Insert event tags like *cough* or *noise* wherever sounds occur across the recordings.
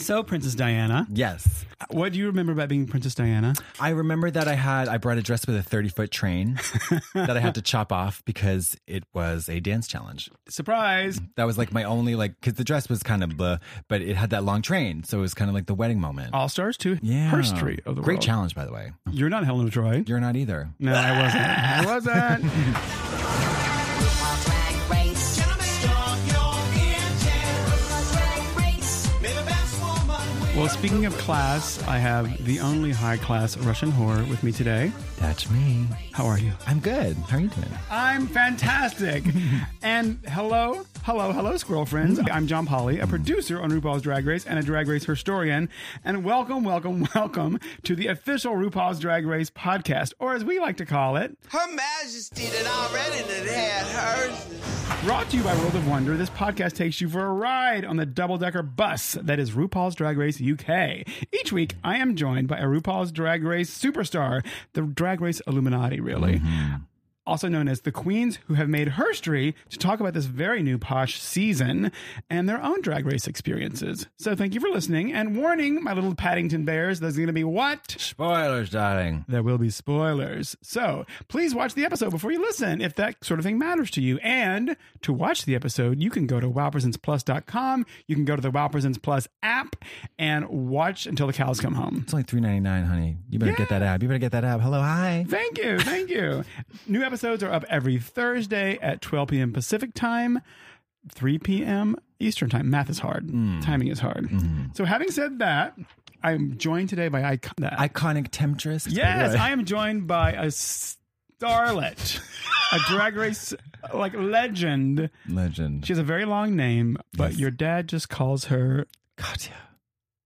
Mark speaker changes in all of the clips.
Speaker 1: So, Princess Diana,
Speaker 2: Yes.
Speaker 1: what do you remember about being Princess Diana?
Speaker 2: I remember that I had, I brought a dress with a 30 foot
Speaker 1: *laughs*
Speaker 2: train that I had to chop off because it was a dance challenge.
Speaker 1: Surprise!
Speaker 2: That was like my only, like, because the dress was kind of blah, but it had that long train. So it was kind of like the wedding moment.
Speaker 1: All stars too.
Speaker 2: yeah.
Speaker 1: History of the
Speaker 2: Great
Speaker 1: world.
Speaker 2: challenge, by the way.
Speaker 1: You're not Helen of Troy.
Speaker 2: You're not either.
Speaker 1: No, I wasn't. *laughs* I wasn't.
Speaker 3: RuPaul's Drag Race.
Speaker 1: Well, speaking of class, I have the only high class Russian whore with me today.
Speaker 2: That's me.
Speaker 1: How are you?
Speaker 2: I'm good. How are you doing?
Speaker 1: I'm *laughs* fantastic. and hello, hello, hello, squirrel friends. I'm John Polly, a producer on RuPaul's Drag Race and a Drag Race historian. And welcome, welcome, *laughs* welcome to the official RuPaul's Drag Race podcast, or as we like to call it,
Speaker 4: Her Majesty that already done had hers.
Speaker 1: Brought to you by World of Wonder, this podcast takes you for a ride on the double decker bus that is RuPaul's Drag Race UK. Each week, I am joined by a RuPaul's Drag Race superstar, the Drag Race Illuminati, really. Also known as the queens who have made herstory to talk about this very new posh season and their own drag race experiences. So, thank you for listening and warning, my little Paddington bears, there's going to be what?
Speaker 2: Spoilers, darling.
Speaker 1: There will be spoilers. So please watch the episode before you listen if that sort of thing matters to you. And to watch the episode, you can go to wowpresentsplus.com. You can go to the Wow Presents Plus app and watch until the cows come home.
Speaker 2: It's only three ninety nine, honey. You better get that app. You better get that app. Hello, hi.
Speaker 1: Thank you. Thank you. New episodes are up every Thursday at 12 p.m. Pacific time, 3 p.m. Eastern time. Math is hard. Timing is hard. So having said that, I'm joined today by icon- that.
Speaker 2: Iconic temptress.
Speaker 1: Yes, I am joined by a starlet, a drag race like legend.
Speaker 2: legend.
Speaker 1: She has a very long name, but
Speaker 2: Yes.
Speaker 1: your dad just calls her.
Speaker 2: Katya.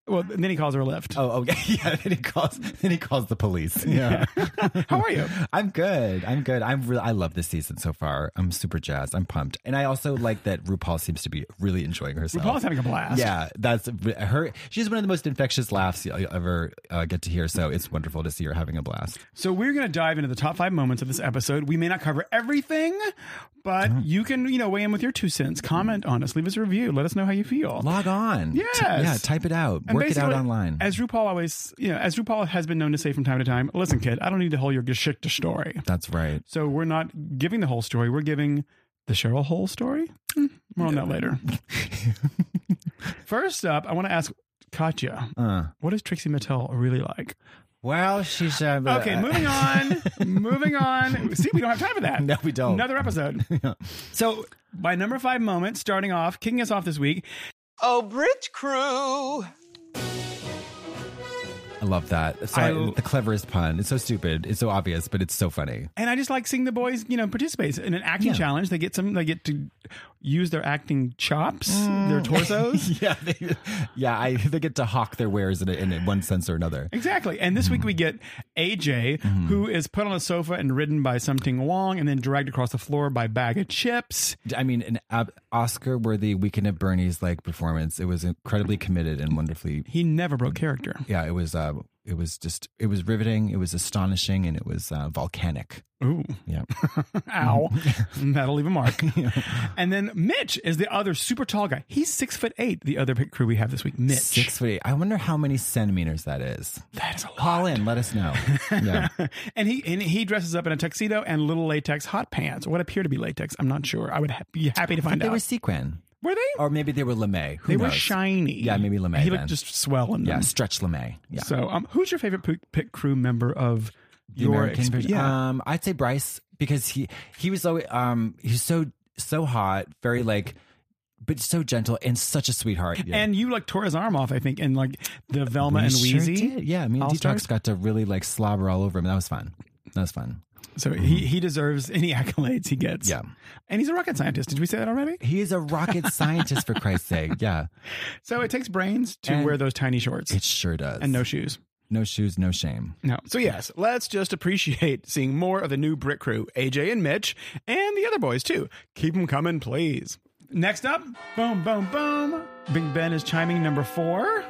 Speaker 1: Well, then he calls her Lyft.
Speaker 2: Oh, *laughs* okay. Yeah. Then he calls. Then he calls the police. Yeah. Oh.
Speaker 1: How are
Speaker 2: *laughs*
Speaker 1: you?
Speaker 2: I'm good. I'm good. I'm really. I love this season so far. I'm super jazzed. I'm pumped, and I also like that RuPaul seems to be really enjoying herself.
Speaker 1: Paul's having a blast.
Speaker 2: yeah, that's her. She's one of the most infectious laughs you'll ever uh, get to hear. So it's wonderful to see her having a blast.
Speaker 1: So we're going to dive into the top five moments of this episode. We may not cover everything, but you can, you know, weigh in with your two cents. Comment on us. Leave us a review. Let us know how you feel.
Speaker 2: Log on.
Speaker 1: Yes.
Speaker 2: T- yeah. Type it out.
Speaker 1: And
Speaker 2: Work it out
Speaker 1: basically,
Speaker 2: online.
Speaker 1: As RuPaul always, you know, as RuPaul has been known to say from time to time, listen, kid, I don't need to hold your Geschichte story.
Speaker 2: that's right.
Speaker 1: So we're not giving the whole story. We're giving the Cheryl Hole story. Hmm, More on that *laughs* later. First up, I want to ask Katya,
Speaker 2: Uh.
Speaker 1: what is Trixie Mattel really like?
Speaker 2: Well, she's uh,
Speaker 1: Okay, moving *laughs* on. moving on. See, we don't have time for that.
Speaker 2: No, we don't.
Speaker 1: Another *laughs* episode. So, my number five moment, starting off, kicking us off this week.
Speaker 4: Oh, Bridge Crew.
Speaker 2: I love that. Sorry,
Speaker 1: I-
Speaker 2: the cleverest pun. It's so stupid. It's so obvious, but it's so funny.
Speaker 1: And I just like seeing the boys, you know, participate in an acting
Speaker 2: Yeah.
Speaker 1: challenge. They get some, they get to use their acting chops, their torsos.
Speaker 2: *laughs* yeah, they, yeah. I, they get to hawk their wares in, a, in one sense or another.
Speaker 1: Exactly. And this week we get AJ,
Speaker 2: Mm-hmm.
Speaker 1: who is put on a sofa and ridden by something Wong and then dragged across the floor by a bag of chips.
Speaker 2: I mean, an ab- Oscar-worthy Weekend at Bernie's like performance. It was incredibly committed and wonderfully.
Speaker 1: He never broke character.
Speaker 2: Yeah, it was. Uh, it was just. It was riveting. It was astonishing, and it was uh, volcanic.
Speaker 1: Ooh. *laughs*
Speaker 2: Yeah.
Speaker 1: Ow.
Speaker 2: Mm-hmm.
Speaker 1: That'll leave a
Speaker 2: *laughs*
Speaker 1: mark. And then Mitch is the other super tall guy. He's six foot eight, the other pit crew we have this week. Mitch.
Speaker 2: Six foot eight. I wonder how many centimeters that is.
Speaker 1: That is a
Speaker 2: *laughs*
Speaker 1: lot.
Speaker 2: Call in. Let us
Speaker 1: *laughs*
Speaker 2: know. Yeah.
Speaker 1: and he and he dresses up in a tuxedo and little latex hot pants. What appear to be latex. I'm not sure. I would ha- be happy to find
Speaker 2: they
Speaker 1: out.
Speaker 2: were sequin,
Speaker 1: were they?
Speaker 2: or maybe they were lame. Who
Speaker 1: they
Speaker 2: knows?
Speaker 1: were shiny.
Speaker 2: Yeah, maybe LeMay
Speaker 1: He looked
Speaker 2: then.
Speaker 1: just swell in them.
Speaker 2: Yeah, stretch lame. Yeah.
Speaker 1: So, um, who's your favorite pit, pit crew member of
Speaker 2: the
Speaker 1: your
Speaker 2: American
Speaker 1: experience?
Speaker 2: version.
Speaker 1: Yeah.
Speaker 2: Um, I'd say Bryce because he he was always um he's so so hot, very like, but so gentle and such a sweetheart. Yeah.
Speaker 1: And you like tore his arm off, I think, in like the Velma and
Speaker 2: We sure
Speaker 1: Wheezy.
Speaker 2: did. yeah. Me and
Speaker 1: All
Speaker 2: Detox
Speaker 1: Stars?
Speaker 2: got to really like slobber all over him. That was fun. That was fun.
Speaker 1: So he he deserves any *laughs* accolades he gets.
Speaker 2: Mm-hmm. Yeah.
Speaker 1: and he's a rocket scientist. Did we say that already?
Speaker 2: He is a *laughs* rocket scientist for Christ's sake. Yeah,
Speaker 1: So it takes brains to
Speaker 2: And-
Speaker 1: wear those tiny shorts
Speaker 2: it sure does.
Speaker 1: and no shoes.
Speaker 2: no shoes, no shame.
Speaker 1: No. So yes, let's just appreciate seeing more of the new Brit crew, AJ and Mitch, and the other boys too. Keep them coming, please. Next up, boom, boom, boom. Big Ben is chiming number four.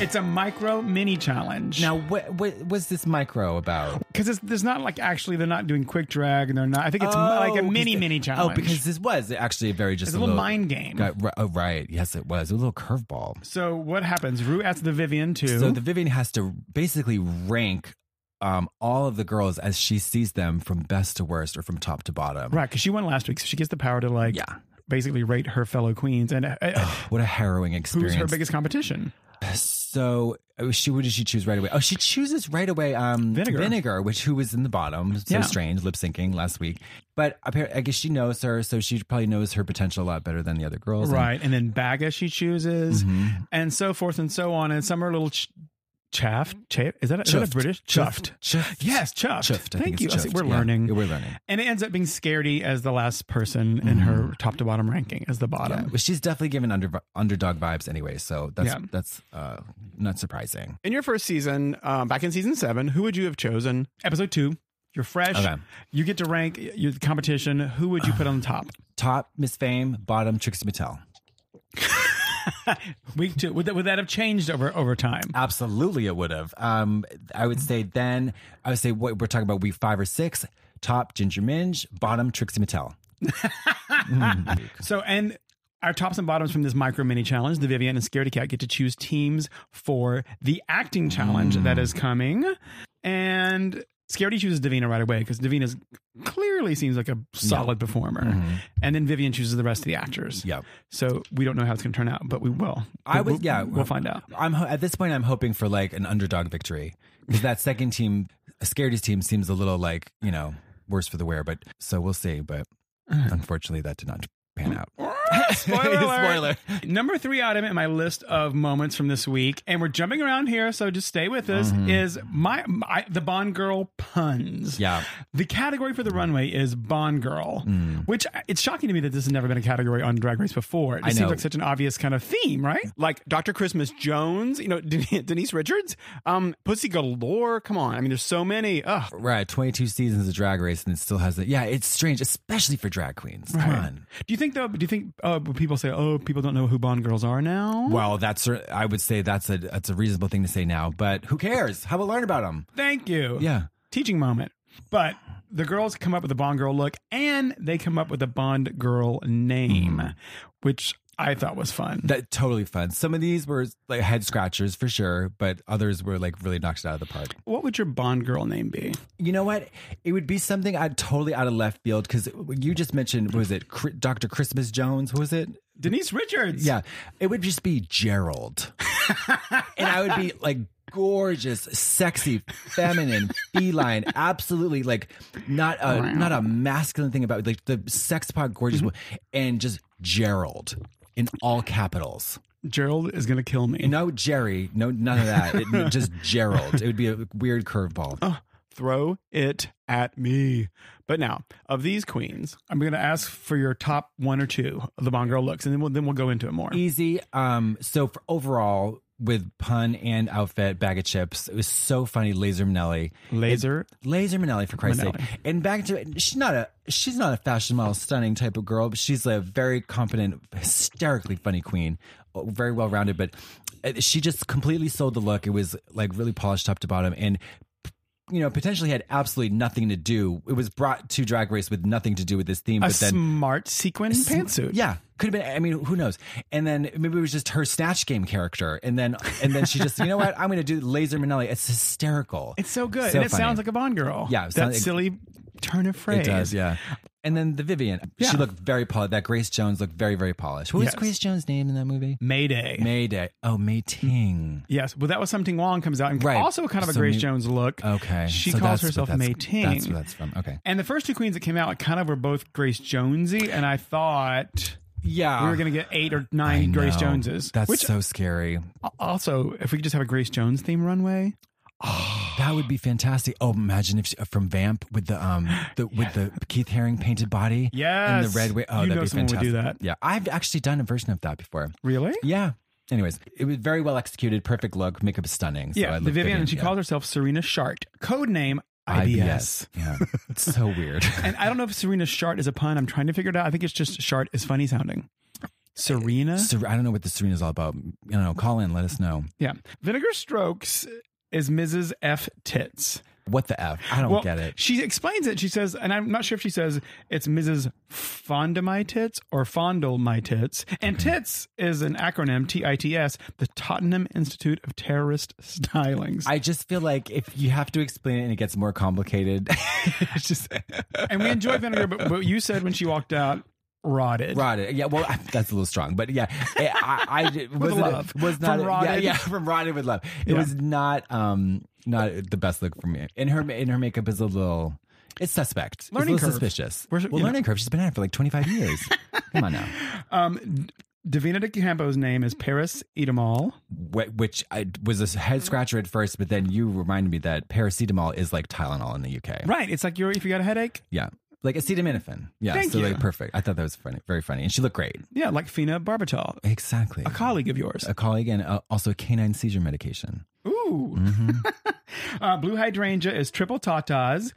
Speaker 1: It's a micro mini challenge.
Speaker 2: Now, what what was this micro about?
Speaker 1: because there's not like actually they're not doing quick drag and they're not. I think it's mo- like a
Speaker 2: because
Speaker 1: mini
Speaker 2: the-
Speaker 1: mini challenge.
Speaker 2: Oh, because this was actually a very just
Speaker 1: it's a little, mind game.
Speaker 2: Got- ri- oh, right. Yes, it was a little curveball.
Speaker 1: So what happens? Rue asks the Vivian to.
Speaker 2: So the Vivian has to basically rank um, all of the girls as she sees them from best to worst or from top to bottom.
Speaker 1: right because she won last week, so she gets the power to like
Speaker 2: Yeah.
Speaker 1: basically rate her fellow queens and uh, uh,
Speaker 2: What a harrowing
Speaker 1: who's
Speaker 2: experience.
Speaker 1: her biggest competition.
Speaker 2: So oh, she what did she choose right away? Oh, she chooses right away um
Speaker 1: Vinegar.
Speaker 2: which who was in the bottom. So
Speaker 1: Yeah.
Speaker 2: strange, lip syncing last week. But apparently, I guess she knows her, so she probably knows her potential a lot better than the other girls. And-
Speaker 1: Right, and then Baga she chooses,
Speaker 2: Mm-hmm.
Speaker 1: and so forth and so on. And some are a little ch- chaffed. Cha- is that a, is that a
Speaker 2: Chuffed.
Speaker 1: British chuffed?
Speaker 2: Chuffed.
Speaker 1: Yes, chuffed.
Speaker 2: Chuffed. I
Speaker 1: Thank
Speaker 2: think
Speaker 1: you.
Speaker 2: it's
Speaker 1: I see-
Speaker 2: chuffed.
Speaker 1: We're
Speaker 2: Yeah.
Speaker 1: learning.
Speaker 2: Yeah, we're learning.
Speaker 1: And it ends up being Scaredy as the last person in her top to bottom ranking as the
Speaker 2: Mm-hmm. Yeah,
Speaker 1: bottom.
Speaker 2: but she's definitely given under, underdog vibes anyway, so that's
Speaker 1: Yeah.
Speaker 2: that's uh, not surprising.
Speaker 1: In your first season, um, back in season seven, who would you have chosen? Episode two. You're fresh.
Speaker 2: Okay.
Speaker 1: You get to rank your competition. Who would you put on the top?
Speaker 2: Top Miss Fame, bottom Trixie Mattel.
Speaker 1: Week two. Would that, would that have changed over over time?
Speaker 2: Absolutely, it would have. Um, I would say then I would say what we're talking about week five or six. Top Ginger Minge, bottom Trixie Mattel.
Speaker 1: So, and our tops and bottoms from this micro mini challenge, the Vivian and Scaredy Cat get to choose teams for the acting challenge
Speaker 2: Hmm.
Speaker 1: that is coming. And Scaredy chooses Davina right away because Davina clearly seems like a solid performer. And then Vivian chooses the rest of the actors.
Speaker 2: Mm-hmm. Yeah.
Speaker 1: So we don't know how it's going to turn out, but we will.
Speaker 2: I
Speaker 1: We'll-
Speaker 2: would, yeah,
Speaker 1: We'll find out.
Speaker 2: I'm ho- at this point. I'm hoping for like an underdog victory because that second team, Scaredy's team, seems a little like you know worse for the wear. But so we'll see. But unfortunately, that did not pan out.
Speaker 1: Mm-hmm. *laughs* Spoiler alert.
Speaker 2: *laughs* Spoiler.
Speaker 1: Number three item in my list of moments from this week, and we're jumping around here, so just stay with us.
Speaker 2: Mm-hmm.
Speaker 1: Is my, my the Bond girl puns?
Speaker 2: Yeah.
Speaker 1: The category for the runway is Bond girl,
Speaker 2: Mm.
Speaker 1: which it's shocking to me that this has never been a category on Drag Race before. It just seems
Speaker 2: know.
Speaker 1: like such an obvious kind of theme, right? Like Dr. Christmas Jones, you know, *laughs* Den- Denise Richards, um, Pussy Galore. Come on, I mean, there's so many. Ugh.
Speaker 2: Right, 22 seasons of Drag Race, and it still has it. Yeah, it's strange, especially for drag queens. Come
Speaker 1: Right.
Speaker 2: on.
Speaker 1: Do you think though? Do you think uh, people say, "Oh, people don't know who Bond girls are now"?
Speaker 2: Well, that's a- I would say that's a that's a reasonable thing to say now, but who cares? How about learn about them?
Speaker 1: Thank you.
Speaker 2: Yeah.
Speaker 1: Teaching moment. But the girls come up with a Bond girl look and they come up with a Bond girl name, which I thought was fun.
Speaker 2: Hmm. That totally fun. Some of these were like head scratchers for sure, but others were like really knocked it out of the park.
Speaker 1: what would your Bond girl name be?
Speaker 2: You know what? It would be something I'd totally out of left field because you just mentioned what was it Cri- Dr. Christmas Jones? What was it?
Speaker 1: Denise Richards.
Speaker 2: Yeah, it would just be Gerald, and I would be like gorgeous, sexy, feminine, feline, absolutely like not a not a masculine thing about like the sex pot gorgeous, one, and just Gerald in all capitals.
Speaker 1: Gerald is going to kill me.
Speaker 2: No Jerry, no none of that. It, just Gerald. It would be a weird curveball.
Speaker 1: Throw it at me. But now, of these queens, I'm going to ask for your top one or two of the Bond girl looks, and then we'll, then we'll go into it more.
Speaker 2: easy. Um, so for overall, with pun and outfit, bag of chips, it was so funny. Laser Minnelli,
Speaker 1: Laser.
Speaker 2: Laser Minnelli, for Christ's
Speaker 1: Minnelli.
Speaker 2: sake. And back to it, she's not a she's not a fashion model, stunning type of girl, but she's a very confident, hysterically funny queen, Oh, very well rounded. But uh, she just completely sold the look. It was like really polished top to bottom, and you know potentially had absolutely nothing to do. It was brought to Drag Race with nothing to do with this theme,
Speaker 1: A
Speaker 2: but then
Speaker 1: smart sequin pantsuit.
Speaker 2: yeah, could have been. I mean, who knows? And then maybe it was just her snatch game character, and then and then she just, you know what? I'm going to do Laser Minnelli. It's hysterical.
Speaker 1: It's so good.
Speaker 2: So
Speaker 1: and it
Speaker 2: funny.
Speaker 1: sounds like a Bond girl.
Speaker 2: Yeah, it
Speaker 1: That
Speaker 2: sounds-
Speaker 1: silly turn of phrase.
Speaker 2: It does, yeah. And then the Vivian,
Speaker 1: Yeah.
Speaker 2: she looked very polished. That Grace Jones looked very, very polished. What
Speaker 1: Yes.
Speaker 2: was Grace Jones' name in that movie?
Speaker 1: Mayday.
Speaker 2: Mayday. Oh, Mayting.
Speaker 1: Yes, well, that was something Wong comes out and
Speaker 2: Right.
Speaker 1: also kind of a
Speaker 2: So
Speaker 1: Grace
Speaker 2: May-
Speaker 1: Jones look.
Speaker 2: Okay.
Speaker 1: she
Speaker 2: So
Speaker 1: calls
Speaker 2: that's what
Speaker 1: herself
Speaker 2: that's-
Speaker 1: May Ting.
Speaker 2: That's where that's from. Okay.
Speaker 1: and the first two queens that came out kind of were both Grace Jonesy, and I thought
Speaker 2: Yeah.
Speaker 1: we were going to get eight or
Speaker 2: Ah, I
Speaker 1: nine Grace
Speaker 2: know.
Speaker 1: Joneses.
Speaker 2: That's
Speaker 1: which
Speaker 2: so scary.
Speaker 1: also, if we could just have a Grace Jones theme runway,
Speaker 2: That would be fantastic. Oh, imagine if she, from Vamp with the um
Speaker 1: *gasps*
Speaker 2: the with the Keith Haring painted body. And
Speaker 1: Yes.
Speaker 2: the red wig. Oh,
Speaker 1: You
Speaker 2: that'd
Speaker 1: know
Speaker 2: be
Speaker 1: someone would
Speaker 2: fantastic.
Speaker 1: do that.
Speaker 2: Yeah. I've actually done a version of that before.
Speaker 1: really?
Speaker 2: Yeah. Anyways, it was very well executed, perfect look, makeup is stunning. So I
Speaker 1: yeah,
Speaker 2: love
Speaker 1: the Vivian, and she
Speaker 2: yeah.
Speaker 1: calls herself Serena Shart, code name IBS.
Speaker 2: IBS. Yeah.
Speaker 1: *laughs*
Speaker 2: It's so weird.
Speaker 1: And I don't know if Serena Shart is a pun. I'm trying to figure it out. I think it's just Shart is funny sounding. Serena.
Speaker 2: *laughs* Ser- I don't know what the Serena is all about. You know, call in, let us know.
Speaker 1: Yeah. Vinegar Strokes is Mrs. F. Tits.
Speaker 2: What the F? I don't
Speaker 1: Well,
Speaker 2: get it.
Speaker 1: She explains it. She says, and I'm not sure if she says it's Mrs. Fonda My Tits or Fondle My Tits. And TITS is an acronym, T I T S, the Tottenham Institute of Terrorist Stylings.
Speaker 2: I just feel like if you have to explain it and it gets
Speaker 1: *laughs*
Speaker 2: more complicated, *laughs* it's just
Speaker 1: and we enjoy vinegar, but what you said when she walked out, rotted.
Speaker 2: rotted. Yeah, well, *laughs* that's a little strong, but yeah, it, I,
Speaker 1: *laughs*
Speaker 2: I was
Speaker 1: love.
Speaker 2: was not
Speaker 1: From
Speaker 2: yeah,
Speaker 1: rotted.
Speaker 2: yeah, from rotted with love. It
Speaker 1: Yeah.
Speaker 2: was not um not the best look for me. And her in her makeup is a little it's suspect. It's a
Speaker 1: Learning
Speaker 2: little
Speaker 1: curve.
Speaker 2: suspicious.
Speaker 1: We're-
Speaker 2: well,
Speaker 1: you know.
Speaker 2: learning curve. She's been at it for like twenty five
Speaker 1: *laughs*
Speaker 2: years. Come on now.
Speaker 1: Um, Davina de Campo's name is Paris Edamal.
Speaker 2: Wh- Which I was a
Speaker 1: Mm-hmm.
Speaker 2: head scratcher at first, but then you reminded me that paracetamol is like Tylenol in the UK.
Speaker 1: Right. It's like you're, if you got a headache,
Speaker 2: Yeah. Like acetaminophen. Yeah.
Speaker 1: Thank
Speaker 2: so
Speaker 1: you.
Speaker 2: like perfect. I thought that was funny. Very funny. And she looked great.
Speaker 1: yeah, like Fina Barbital,
Speaker 2: Exactly.
Speaker 1: a colleague of yours.
Speaker 2: A colleague and uh, also a canine seizure medication.
Speaker 1: Ooh.
Speaker 2: mm-hmm.
Speaker 1: *laughs* uh, blue hydrangea is triple tatas.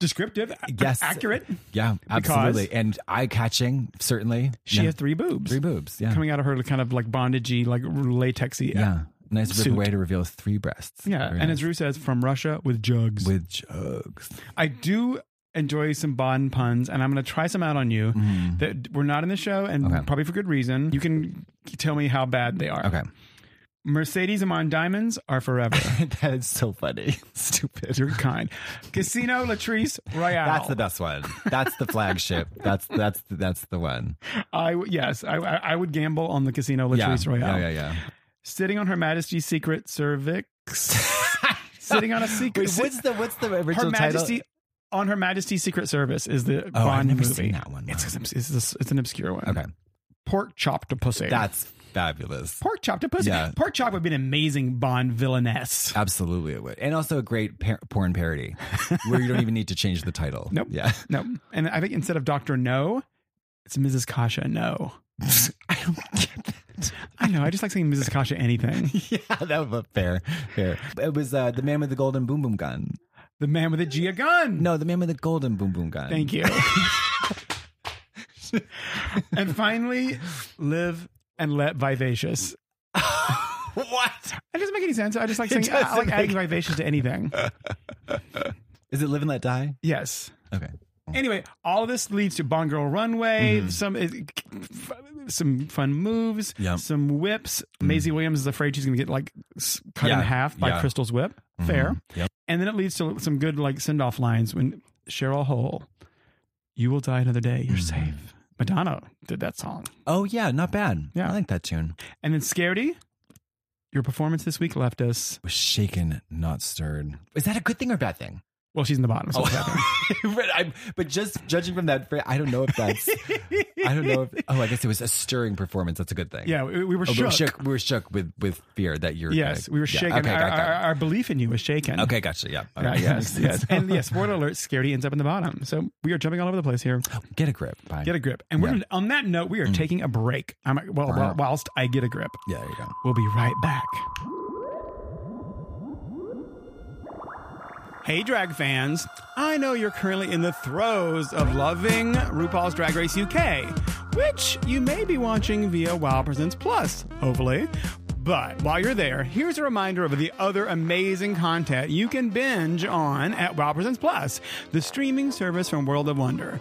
Speaker 1: Descriptive, a-
Speaker 2: Yes.
Speaker 1: accurate.
Speaker 2: Yeah, absolutely. And eye catching, certainly.
Speaker 1: She
Speaker 2: yeah.
Speaker 1: has three boobs
Speaker 2: three boobs. Yeah.
Speaker 1: coming out of her kind of like bondagey, like latexy.
Speaker 2: yeah. Nice
Speaker 1: Suit.
Speaker 2: rib way to reveal three breasts.
Speaker 1: yeah.
Speaker 2: Very
Speaker 1: and
Speaker 2: nice.
Speaker 1: as Rue says, from Russia with jugs.
Speaker 2: with jugs.
Speaker 1: I do enjoy some Bond puns, and I'm going to try some out on you that were not in the show, and
Speaker 2: Mm-hmm. Okay.
Speaker 1: probably for good reason. You can tell me how bad they are. *laughs*
Speaker 2: Okay.
Speaker 1: Mercedes Amon diamonds are forever.
Speaker 2: that is so funny. *laughs* Stupid.
Speaker 1: You're kind. Casino Latrice Royale.
Speaker 2: *laughs* That's the best one. That's the flagship. That's that's that's the one.
Speaker 1: I w- yes, I, I I would gamble on the Casino
Speaker 2: Yeah.
Speaker 1: Latrice Royale.
Speaker 2: yeah, yeah, yeah.
Speaker 1: Sitting on Her Majesty's secret cervix.
Speaker 2: *laughs*
Speaker 1: Sitting on a secret.
Speaker 2: Wait, what's the what's the
Speaker 1: her
Speaker 2: original title?
Speaker 1: Majesty on Her Majesty's Secret Service is the
Speaker 2: Oh,
Speaker 1: Bond
Speaker 2: I've never
Speaker 1: movie.
Speaker 2: seen that one.
Speaker 1: It's, it's, it's, it's an obscure one.
Speaker 2: Okay,
Speaker 1: Pork chop to pussy.
Speaker 2: that's fabulous.
Speaker 1: pork chop to pussy.
Speaker 2: Yeah. Uh,
Speaker 1: Pork chop would be an amazing Bond villainess.
Speaker 2: Absolutely, it would, and also a great par- porn parody where you don't even need to change the title.
Speaker 1: *laughs* Nope.
Speaker 2: Yeah, *laughs*
Speaker 1: No, and I think instead of Doctor No, it's Mrs. Kasha. No,
Speaker 2: I don't get that. *laughs*
Speaker 1: I know. I just like saying Mrs. Kasha anything.
Speaker 2: Yeah, that was fair, fair. It was uh, the man with the golden boom boom gun.
Speaker 1: The man with a Gia gun.
Speaker 2: No, the man with the golden boom boom gun.
Speaker 1: Thank
Speaker 2: *laughs*
Speaker 1: you. and finally, live and let vivacious.
Speaker 2: what?
Speaker 1: That doesn't make any sense. I just like saying
Speaker 2: doesn't
Speaker 1: I like adding
Speaker 2: make-
Speaker 1: vivacious to
Speaker 2: *laughs*
Speaker 1: anything.
Speaker 2: Is it live and let die?
Speaker 1: Yes.
Speaker 2: Okay.
Speaker 1: Anyway, all of this leads to Bond Girl Runway,
Speaker 2: Mm-hmm.
Speaker 1: some f- some fun moves,
Speaker 2: Yep. Mm.
Speaker 1: some whips. Maisie Williams is afraid she's going to get like s- cut in
Speaker 2: Yeah,
Speaker 1: half by
Speaker 2: yeah. Mm-hmm.
Speaker 1: Crystal's whip. Fair.
Speaker 2: Yep.
Speaker 1: And then it leads to some good like send off lines when Cheryl Hole, "You will die another day. You're
Speaker 2: Mm.
Speaker 1: safe." Madonna did that song,
Speaker 2: Oh yeah, not bad.
Speaker 1: Yeah.
Speaker 2: I like that tune.
Speaker 1: and then Scaredy, your performance this week left us.
Speaker 2: Was shaken, not stirred. Is that a good thing or a bad thing?
Speaker 1: Well, she's in the bottom. So
Speaker 2: Oh.
Speaker 1: it's happening.
Speaker 2: *laughs* but, I'm, but just judging from that, fra- I don't know if that's. I don't know if.
Speaker 1: *laughs*
Speaker 2: Oh, I guess it was a stirring performance. That's a good thing.
Speaker 1: yeah, we, we were
Speaker 2: Oh, we were
Speaker 1: shook.
Speaker 2: shook. We were shook with with fear that you're.
Speaker 1: Yes,
Speaker 2: gonna-
Speaker 1: we were
Speaker 2: yeah,
Speaker 1: shaken.
Speaker 2: Okay,
Speaker 1: our,
Speaker 2: got
Speaker 1: our,
Speaker 2: that.
Speaker 1: our belief in you was shaken.
Speaker 2: okay, gotcha. Yeah. Okay.
Speaker 1: Right, *laughs* yes, yes. And yes, spoiler alert, Scaredy ends up in the bottom. So we are jumping all over the place here.
Speaker 2: *laughs* Get a grip. Bye.
Speaker 1: Get a grip. And we're
Speaker 2: Yeah.
Speaker 1: gonna, on that note, we are taking a break. I'm, well,
Speaker 2: Wow.
Speaker 1: whilst I get a grip,
Speaker 2: yeah. There you go.
Speaker 1: we'll be right back. Hey, drag fans. I know you're currently in the throes of loving RuPaul's Drag Race UK, which you may be watching via Wow Presents Plus, hopefully. But while you're there, here's a reminder of the other amazing content you can binge on at Wow Presents Plus, the streaming service from World of Wonder.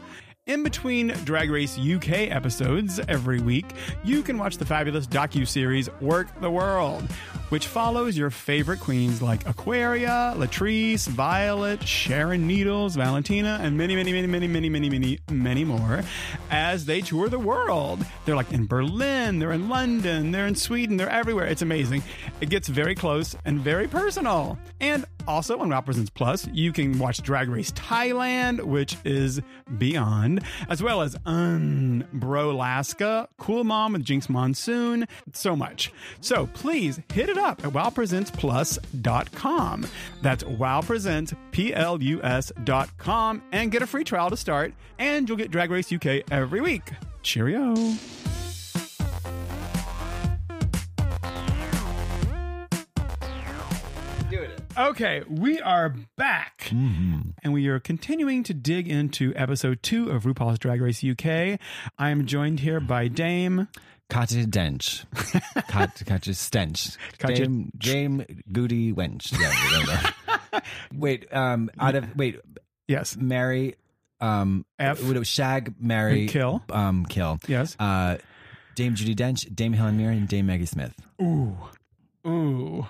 Speaker 1: In between Drag Race UK episodes every week, you can watch the fabulous docu-series Work the World, which follows your favorite queens like Aquaria, Latrice, Violet, Sharon Needles, Valentina, and many, many, many, many, many, many, many, many more as they tour the world. They're like in Berlin, they're in London, they're in Sweden, they're everywhere. It's amazing. It gets very close and very personal. And also on Represents Plus, you can watch Drag Race Thailand, which is beyond, as well as Un Bro Alaska, Cool Mom with Jinx Monsoon, so much. So please hit it up at wowpresentsplus.com. That's wowpresents, P L U S dot com, and get a free trial to start, and you'll get Drag Race UK every week. Cheerio. Okay, we are back. and we are continuing to dig into episode two of RuPaul's Drag Race UK. I am joined here by Dame. *laughs*
Speaker 2: Katja Dench. Kat, Katja Stench.
Speaker 1: Katja-
Speaker 2: Dame, Dame Goody Wench. Yeah, I
Speaker 1: *laughs*
Speaker 2: don't know. wait, um, out of, wait,
Speaker 1: Yes.
Speaker 2: Mary, um,
Speaker 1: F.
Speaker 2: would it- Shag, Mary,
Speaker 1: Kill.
Speaker 2: um, Kill.
Speaker 1: Yes.
Speaker 2: Uh, Dame Judy Dench, Dame Helen Mirren, and Dame Maggie Smith.
Speaker 1: Ooh. Ooh.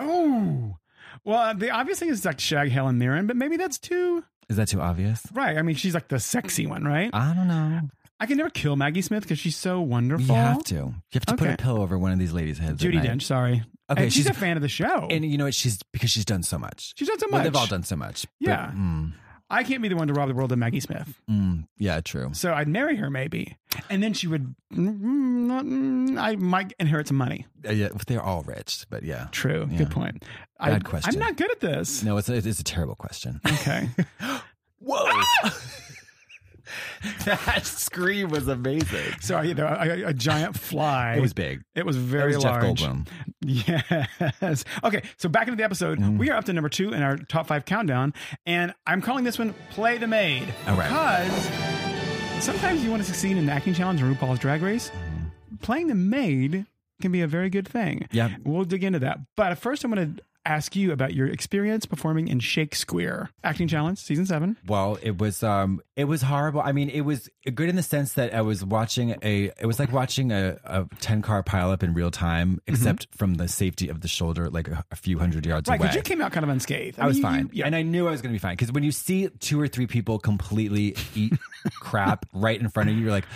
Speaker 1: Ooh. Well, the obvious thing is like Shag Helen Mirren, but maybe that's too
Speaker 2: Is that too obvious?
Speaker 1: right. I mean, she's like the sexy one, right?
Speaker 2: I don't know.
Speaker 1: I can never kill Maggie Smith because she's so wonderful.
Speaker 2: You have to. You have to put
Speaker 1: Okay.
Speaker 2: a pillow over one of these ladies' heads. at
Speaker 1: Judy
Speaker 2: night.
Speaker 1: Dench, sorry.
Speaker 2: Okay,
Speaker 1: and she's,
Speaker 2: she's-
Speaker 1: a fan of the show.
Speaker 2: And you know what? She's because she's done so much.
Speaker 1: she's done so much.
Speaker 2: Well, they've all done so much. but,
Speaker 1: Yeah.
Speaker 2: mm,
Speaker 1: I can't be the one to rob the world of Maggie Smith.
Speaker 2: mm, yeah. True.
Speaker 1: So I'd marry her maybe, and then she would. mm, mm, mm, I might inherit some money.
Speaker 2: Uh, yeah. They're all rich, but yeah.
Speaker 1: True.
Speaker 2: Yeah.
Speaker 1: Good point. I,
Speaker 2: Bad question.
Speaker 1: I'm not good at this.
Speaker 2: *laughs* No, it's a, it's a terrible question.
Speaker 1: *laughs* Okay.
Speaker 2: Whoa. *laughs* that scream was amazing.
Speaker 1: so I, you know, a, a
Speaker 2: *laughs*
Speaker 1: giant fly.
Speaker 2: It was big.
Speaker 1: It was
Speaker 2: That
Speaker 1: very
Speaker 2: was Jeff
Speaker 1: large.
Speaker 2: Goldblum.
Speaker 1: *laughs* Yes. Okay. So back into the episode.
Speaker 2: Mm-hmm.
Speaker 1: We are up to number two in our top five countdown, and I'm calling this one "Play the Maid"
Speaker 2: All right.
Speaker 1: because sometimes you want to succeed in an acting challenge in RuPaul's Drag Race.
Speaker 2: Mm-hmm.
Speaker 1: Playing the maid can be a very good thing.
Speaker 2: Yeah.
Speaker 1: We'll dig into that, but first I'm going to ask you about your experience performing in Shakespeare acting challenge season seven.
Speaker 2: Well, it was um it was horrible. I mean, it was good in the sense that I was watching a it was like watching a, a 10 car pileup in real time
Speaker 1: Mm-hmm.
Speaker 2: except from the safety of the shoulder like a, a few hundred yards
Speaker 1: Right,
Speaker 2: away.
Speaker 1: because you came out kind of unscathed.
Speaker 2: I was
Speaker 1: mean, you-
Speaker 2: fine.
Speaker 1: you- yeah.
Speaker 2: And I knew I was going to be fine because when you see two or three people completely
Speaker 1: *laughs*
Speaker 2: eat crap right in front of you, you're like,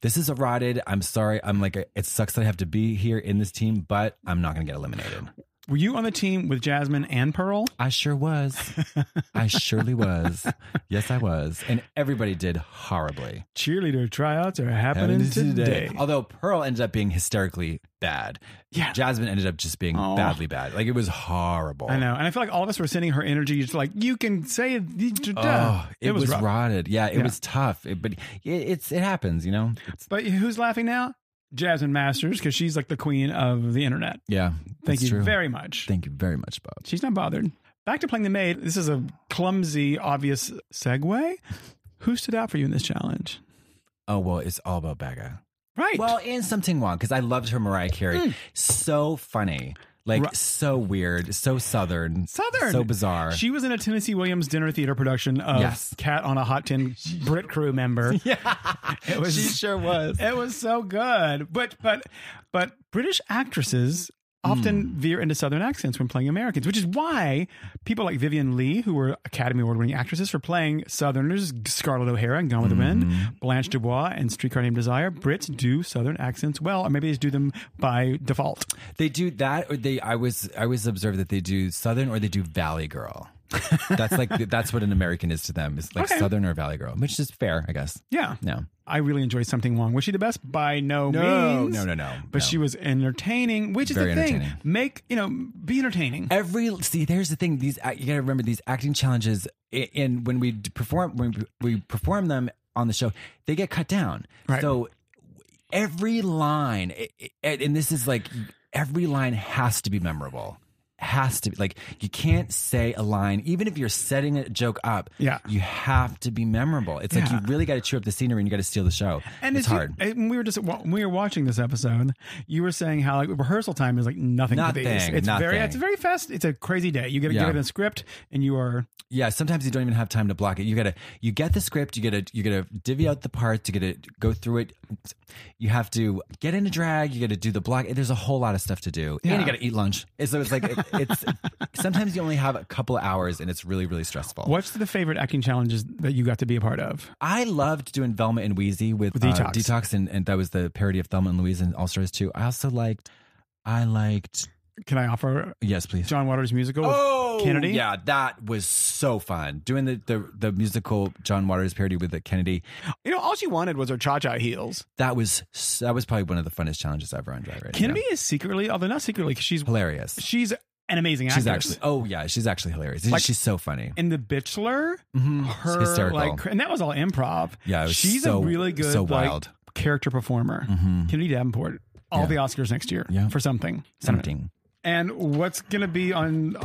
Speaker 2: this is rotted. I'm sorry. I'm like, it sucks that I have to be here in this team, but I'm not going to get eliminated.
Speaker 1: Were you on the team with Jasmine and Pearl?
Speaker 2: I sure was. I
Speaker 1: *laughs*
Speaker 2: surely was. Yes, I was. And everybody did horribly.
Speaker 1: Cheerleader tryouts are happening today.
Speaker 2: Although Pearl ended up being hysterically bad.
Speaker 1: Yeah.
Speaker 2: Jasmine ended up just being
Speaker 1: Oh.
Speaker 2: badly bad. Like it was horrible.
Speaker 1: I know, and I feel like all of us were sending her energy. Just like you can say, it,
Speaker 2: Oh, it, was,
Speaker 1: rough.
Speaker 2: rotted. Yeah, it
Speaker 1: Yeah.
Speaker 2: was tough. It- but it, it's it happens, you know. It's,
Speaker 1: But who's laughing now? Jasmine Masters, because she's like the queen of the internet.
Speaker 2: yeah.
Speaker 1: Thank
Speaker 2: it's
Speaker 1: you
Speaker 2: true.
Speaker 1: very much.
Speaker 2: Thank you very much, Bob.
Speaker 1: she's not bothered. Back to playing the maid. This is a clumsy, obvious segue. Who stood out for you in this challenge?
Speaker 2: Oh well, it's all about Becca.
Speaker 1: Right.
Speaker 2: Well, and something wrong because I loved her Mariah Carey.
Speaker 1: Mm.
Speaker 2: So funny, like
Speaker 1: Right.
Speaker 2: so weird, so southern,
Speaker 1: Southern.
Speaker 2: so bizarre.
Speaker 1: She was in a Tennessee Williams dinner theater production of
Speaker 2: Yes.
Speaker 1: Cat on a Hot Tin Brit crew
Speaker 2: *laughs*
Speaker 1: member. It was
Speaker 2: she sure was.
Speaker 1: It was so good. But but but British actresses often
Speaker 2: Hmm.
Speaker 1: veer into southern accents when playing Americans, which is why people like Vivian Lee, who were Academy Award-winning actresses for playing Southerners, Scarlett O'Hara and Gone with the
Speaker 2: Hmm.
Speaker 1: Wind, Blanche Dubois and Streetcar Named Desire, Brits do southern accents well, or maybe they just do them by default.
Speaker 2: They do that, or they. I was. I was observed that they do Southern, or they do Valley Girl. that's
Speaker 1: *laughs*
Speaker 2: like that's what an American is to them. It's like
Speaker 1: Okay.
Speaker 2: Southern or Valley Girl, which is fair, I guess.
Speaker 1: Yeah.
Speaker 2: No,
Speaker 1: I really enjoyed Something Wrong. Was she the best? By no,
Speaker 2: No,
Speaker 1: means.
Speaker 2: no, no, no,
Speaker 1: But
Speaker 2: no.
Speaker 1: she was entertaining, which is
Speaker 2: Very
Speaker 1: the thing.
Speaker 2: entertaining.
Speaker 1: Make, you know, be entertaining.
Speaker 2: every see there's the thing these act- you gotta remember these acting challenges i- and when we d- perform when we perform them on the show they get cut down
Speaker 1: Right.
Speaker 2: so every line i- i- and this is like every line has to be memorable has to be like you can't say a line even if you're setting a joke up
Speaker 1: Yeah.
Speaker 2: you have to be memorable it's like
Speaker 1: Yeah.
Speaker 2: you really got to chew up the scenery and you got to steal the show
Speaker 1: And
Speaker 2: it's
Speaker 1: you-
Speaker 2: hard
Speaker 1: and when we were just when we were watching this episode, you were saying how like rehearsal time is like nothing. for these.
Speaker 2: Nothing,
Speaker 1: It's very
Speaker 2: nothing.
Speaker 1: it's very fast. It's a crazy day. You get to
Speaker 2: Yeah.
Speaker 1: give it a script, and you are
Speaker 2: Yeah, sometimes you don't even have time to block it. You gotta you get the script, you gotta you gotta divvy out the parts, you gotta go through it. You have to get into drag, you gotta do the block. There's a whole lot of stuff to do, and
Speaker 1: Yeah.
Speaker 2: you gotta eat lunch. And so it's like it, it's sometimes you only have a couple of hours, and it's really really stressful.
Speaker 1: what's the favorite acting challenges that you got to be a part of?
Speaker 2: I loved doing Velma and Wheezy with,
Speaker 1: With
Speaker 2: uh,
Speaker 1: Detox.
Speaker 2: detox, and, and that was the parody of Thelma and Louise and All Stars too. I also liked, I liked
Speaker 1: Can I offer
Speaker 2: yes please.
Speaker 1: John Waters' musical? with
Speaker 2: Oh,
Speaker 1: Kennedy.
Speaker 2: Yeah, that was so fun doing the the, the musical John Waters parody with the Kennedy.
Speaker 1: you know, all she wanted was her cha cha heels.
Speaker 2: That was s- that was probably one of the funnest challenges ever on Drag Race.
Speaker 1: Kennedy
Speaker 2: Yeah.
Speaker 1: is secretly, although not secretly, 'cause she's
Speaker 2: hilarious.
Speaker 1: she's an amazing actress.
Speaker 2: She's actually oh yeah, she's actually hilarious.
Speaker 1: Like-
Speaker 2: she's so funny.
Speaker 1: in the Bitchler, her
Speaker 2: Mm-hmm. hysterical.
Speaker 1: like, cr- and that was all improv.
Speaker 2: Yeah, it was
Speaker 1: she's
Speaker 2: so-
Speaker 1: a really good,
Speaker 2: so
Speaker 1: like,
Speaker 2: wild. Mm-hmm.
Speaker 1: character performer. Kennedy Davenport, all
Speaker 2: Yeah.
Speaker 1: the Oscars next year
Speaker 2: Yeah.
Speaker 1: for something.
Speaker 2: Something.
Speaker 1: And what's gonna be on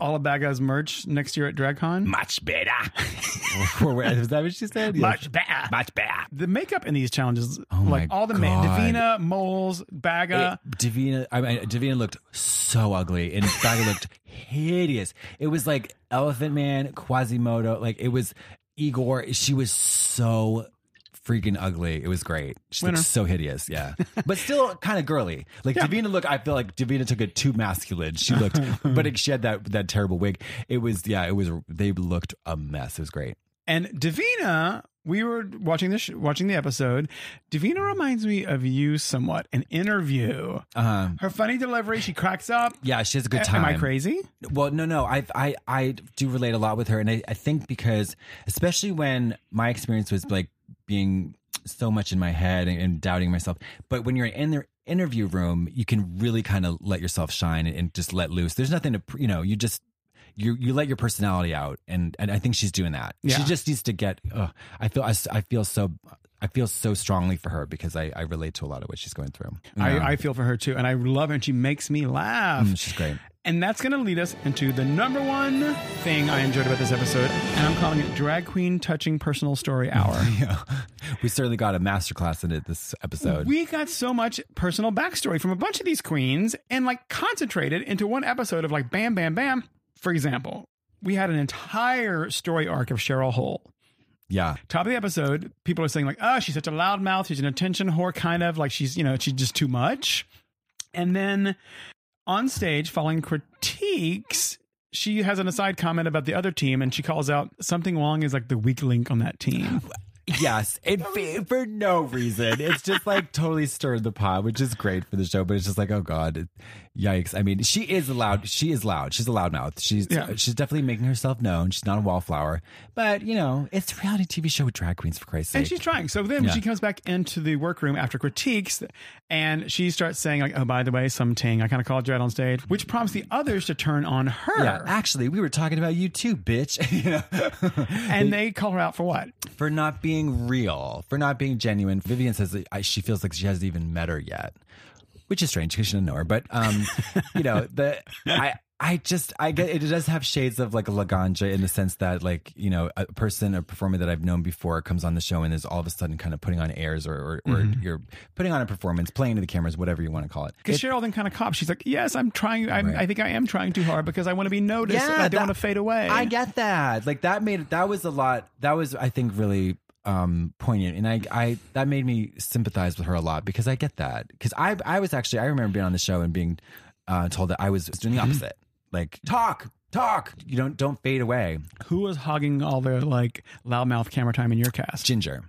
Speaker 1: all of Baga's merch next year at DragCon.
Speaker 2: Much better. *laughs* Is that what she said? Yes.
Speaker 1: better.
Speaker 2: much better.
Speaker 1: The makeup in these challenges,
Speaker 2: Oh my
Speaker 1: like all the ma-
Speaker 2: God.
Speaker 1: Davina, Moles, Baga.
Speaker 2: It- Davina, I mean, Davina looked so ugly, and Baga looked hideous. It was like Elephant Man, Quasimodo, like it was Igor. She was so freaking ugly. It was great. She
Speaker 1: Winner.
Speaker 2: looked so hideous, yeah, but still kind of girly. Like Davina looked, I feel like Davina took it too masculine.
Speaker 1: *laughs*
Speaker 2: She looked, but it, she had that that terrible wig. It was, yeah, it was. They looked a mess. It was great.
Speaker 1: And Davina, we were watching this, watching the episode. Davina reminds me of you somewhat. An interview,
Speaker 2: Uh,
Speaker 1: her funny delivery, she cracks up.
Speaker 2: yeah, she has a
Speaker 1: A-
Speaker 2: good time.
Speaker 1: Am I crazy?
Speaker 2: Well, no, no. I I I do relate a lot with her, and I, I think because especially when my experience was like being so much in my head and, and doubting myself, but when you're in their interview room, you can really kind of let yourself shine and, and just let loose. There's nothing to pr- you know. You just you you let your personality out, and and I think she's doing that.
Speaker 1: Yeah.
Speaker 2: She just needs to get. ugh, I feel I, s- I feel so. I feel so strongly for her because I, I relate to a lot of what she's going through.
Speaker 1: I, I feel for her too, and I love her, and she makes me laugh.
Speaker 2: Mm, she's great. *laughs*
Speaker 1: And that's going to lead us into the number one thing I enjoyed about this episode, and I'm calling it Drag Queen Touching Personal Story Hour.
Speaker 2: Yeah. We certainly got a masterclass in it this episode.
Speaker 1: We got so much personal backstory from a bunch of these queens and like concentrated into one episode of like bam, bam, bam. For example, we had an entire story arc of Cheryl Hole.
Speaker 2: yeah.
Speaker 1: Top of the episode, people are saying like, oh, she's such a loudmouth. She's an attention whore, kind of like she's, you know, she's just too much. And then on stage, following critiques, she has an aside comment about the other team and she calls out something wrong is like the weak link on that
Speaker 2: *laughs*
Speaker 1: team.
Speaker 2: Yes,
Speaker 1: *laughs*
Speaker 2: and for, for no reason. It's just like totally stirred the pot, which is great for the show. But it's just like, oh god, it- yikes! I mean, she is loud. She is loud. She's a loudmouth. She's uh,
Speaker 1: Yeah.
Speaker 2: she's definitely making herself known. She's not a wallflower, but you know, it's a reality TV show with drag queens for Christ's sake.
Speaker 1: And she's trying. So then
Speaker 2: Yeah.
Speaker 1: she comes back into the workroom after critiques, and she starts saying like, "Oh, by the way, something I kind of called you out on stage," which prompts the others to turn on her,
Speaker 2: yeah, actually, we were talking about you too, bitch. *laughs* You know?
Speaker 1: and they call her out for what?
Speaker 2: for not being real, for not being genuine. Vivian says that I, she feels like she hasn't even met her yet, which is strange because she doesn't know her. But um, you know, the I. I just, I get it does have shades of like a Laganja in the sense that, like, you know, a person, a performer that I've known before comes on the show and is all of a sudden kind of putting on airs or, or, or you're putting on a performance, playing to the cameras, whatever you want to call it.
Speaker 1: Because Cheryl then kind of cops. She's like, "Yes, I'm trying. I'm,
Speaker 2: Right.
Speaker 1: I think I am trying too hard because I want to be noticed. and I don't
Speaker 2: that-
Speaker 1: want to fade away."
Speaker 2: I get that. Like that made that was a lot. That was I think really um poignant and I I that made me sympathize with her a lot because I get that. Cuz I I was actually I remember being on the show and being uh told that I was doing the opposite. Like talk, talk. You don't don't fade away.
Speaker 1: Who was hogging all the like loudmouth camera time in your cast? *laughs*
Speaker 2: Ginger.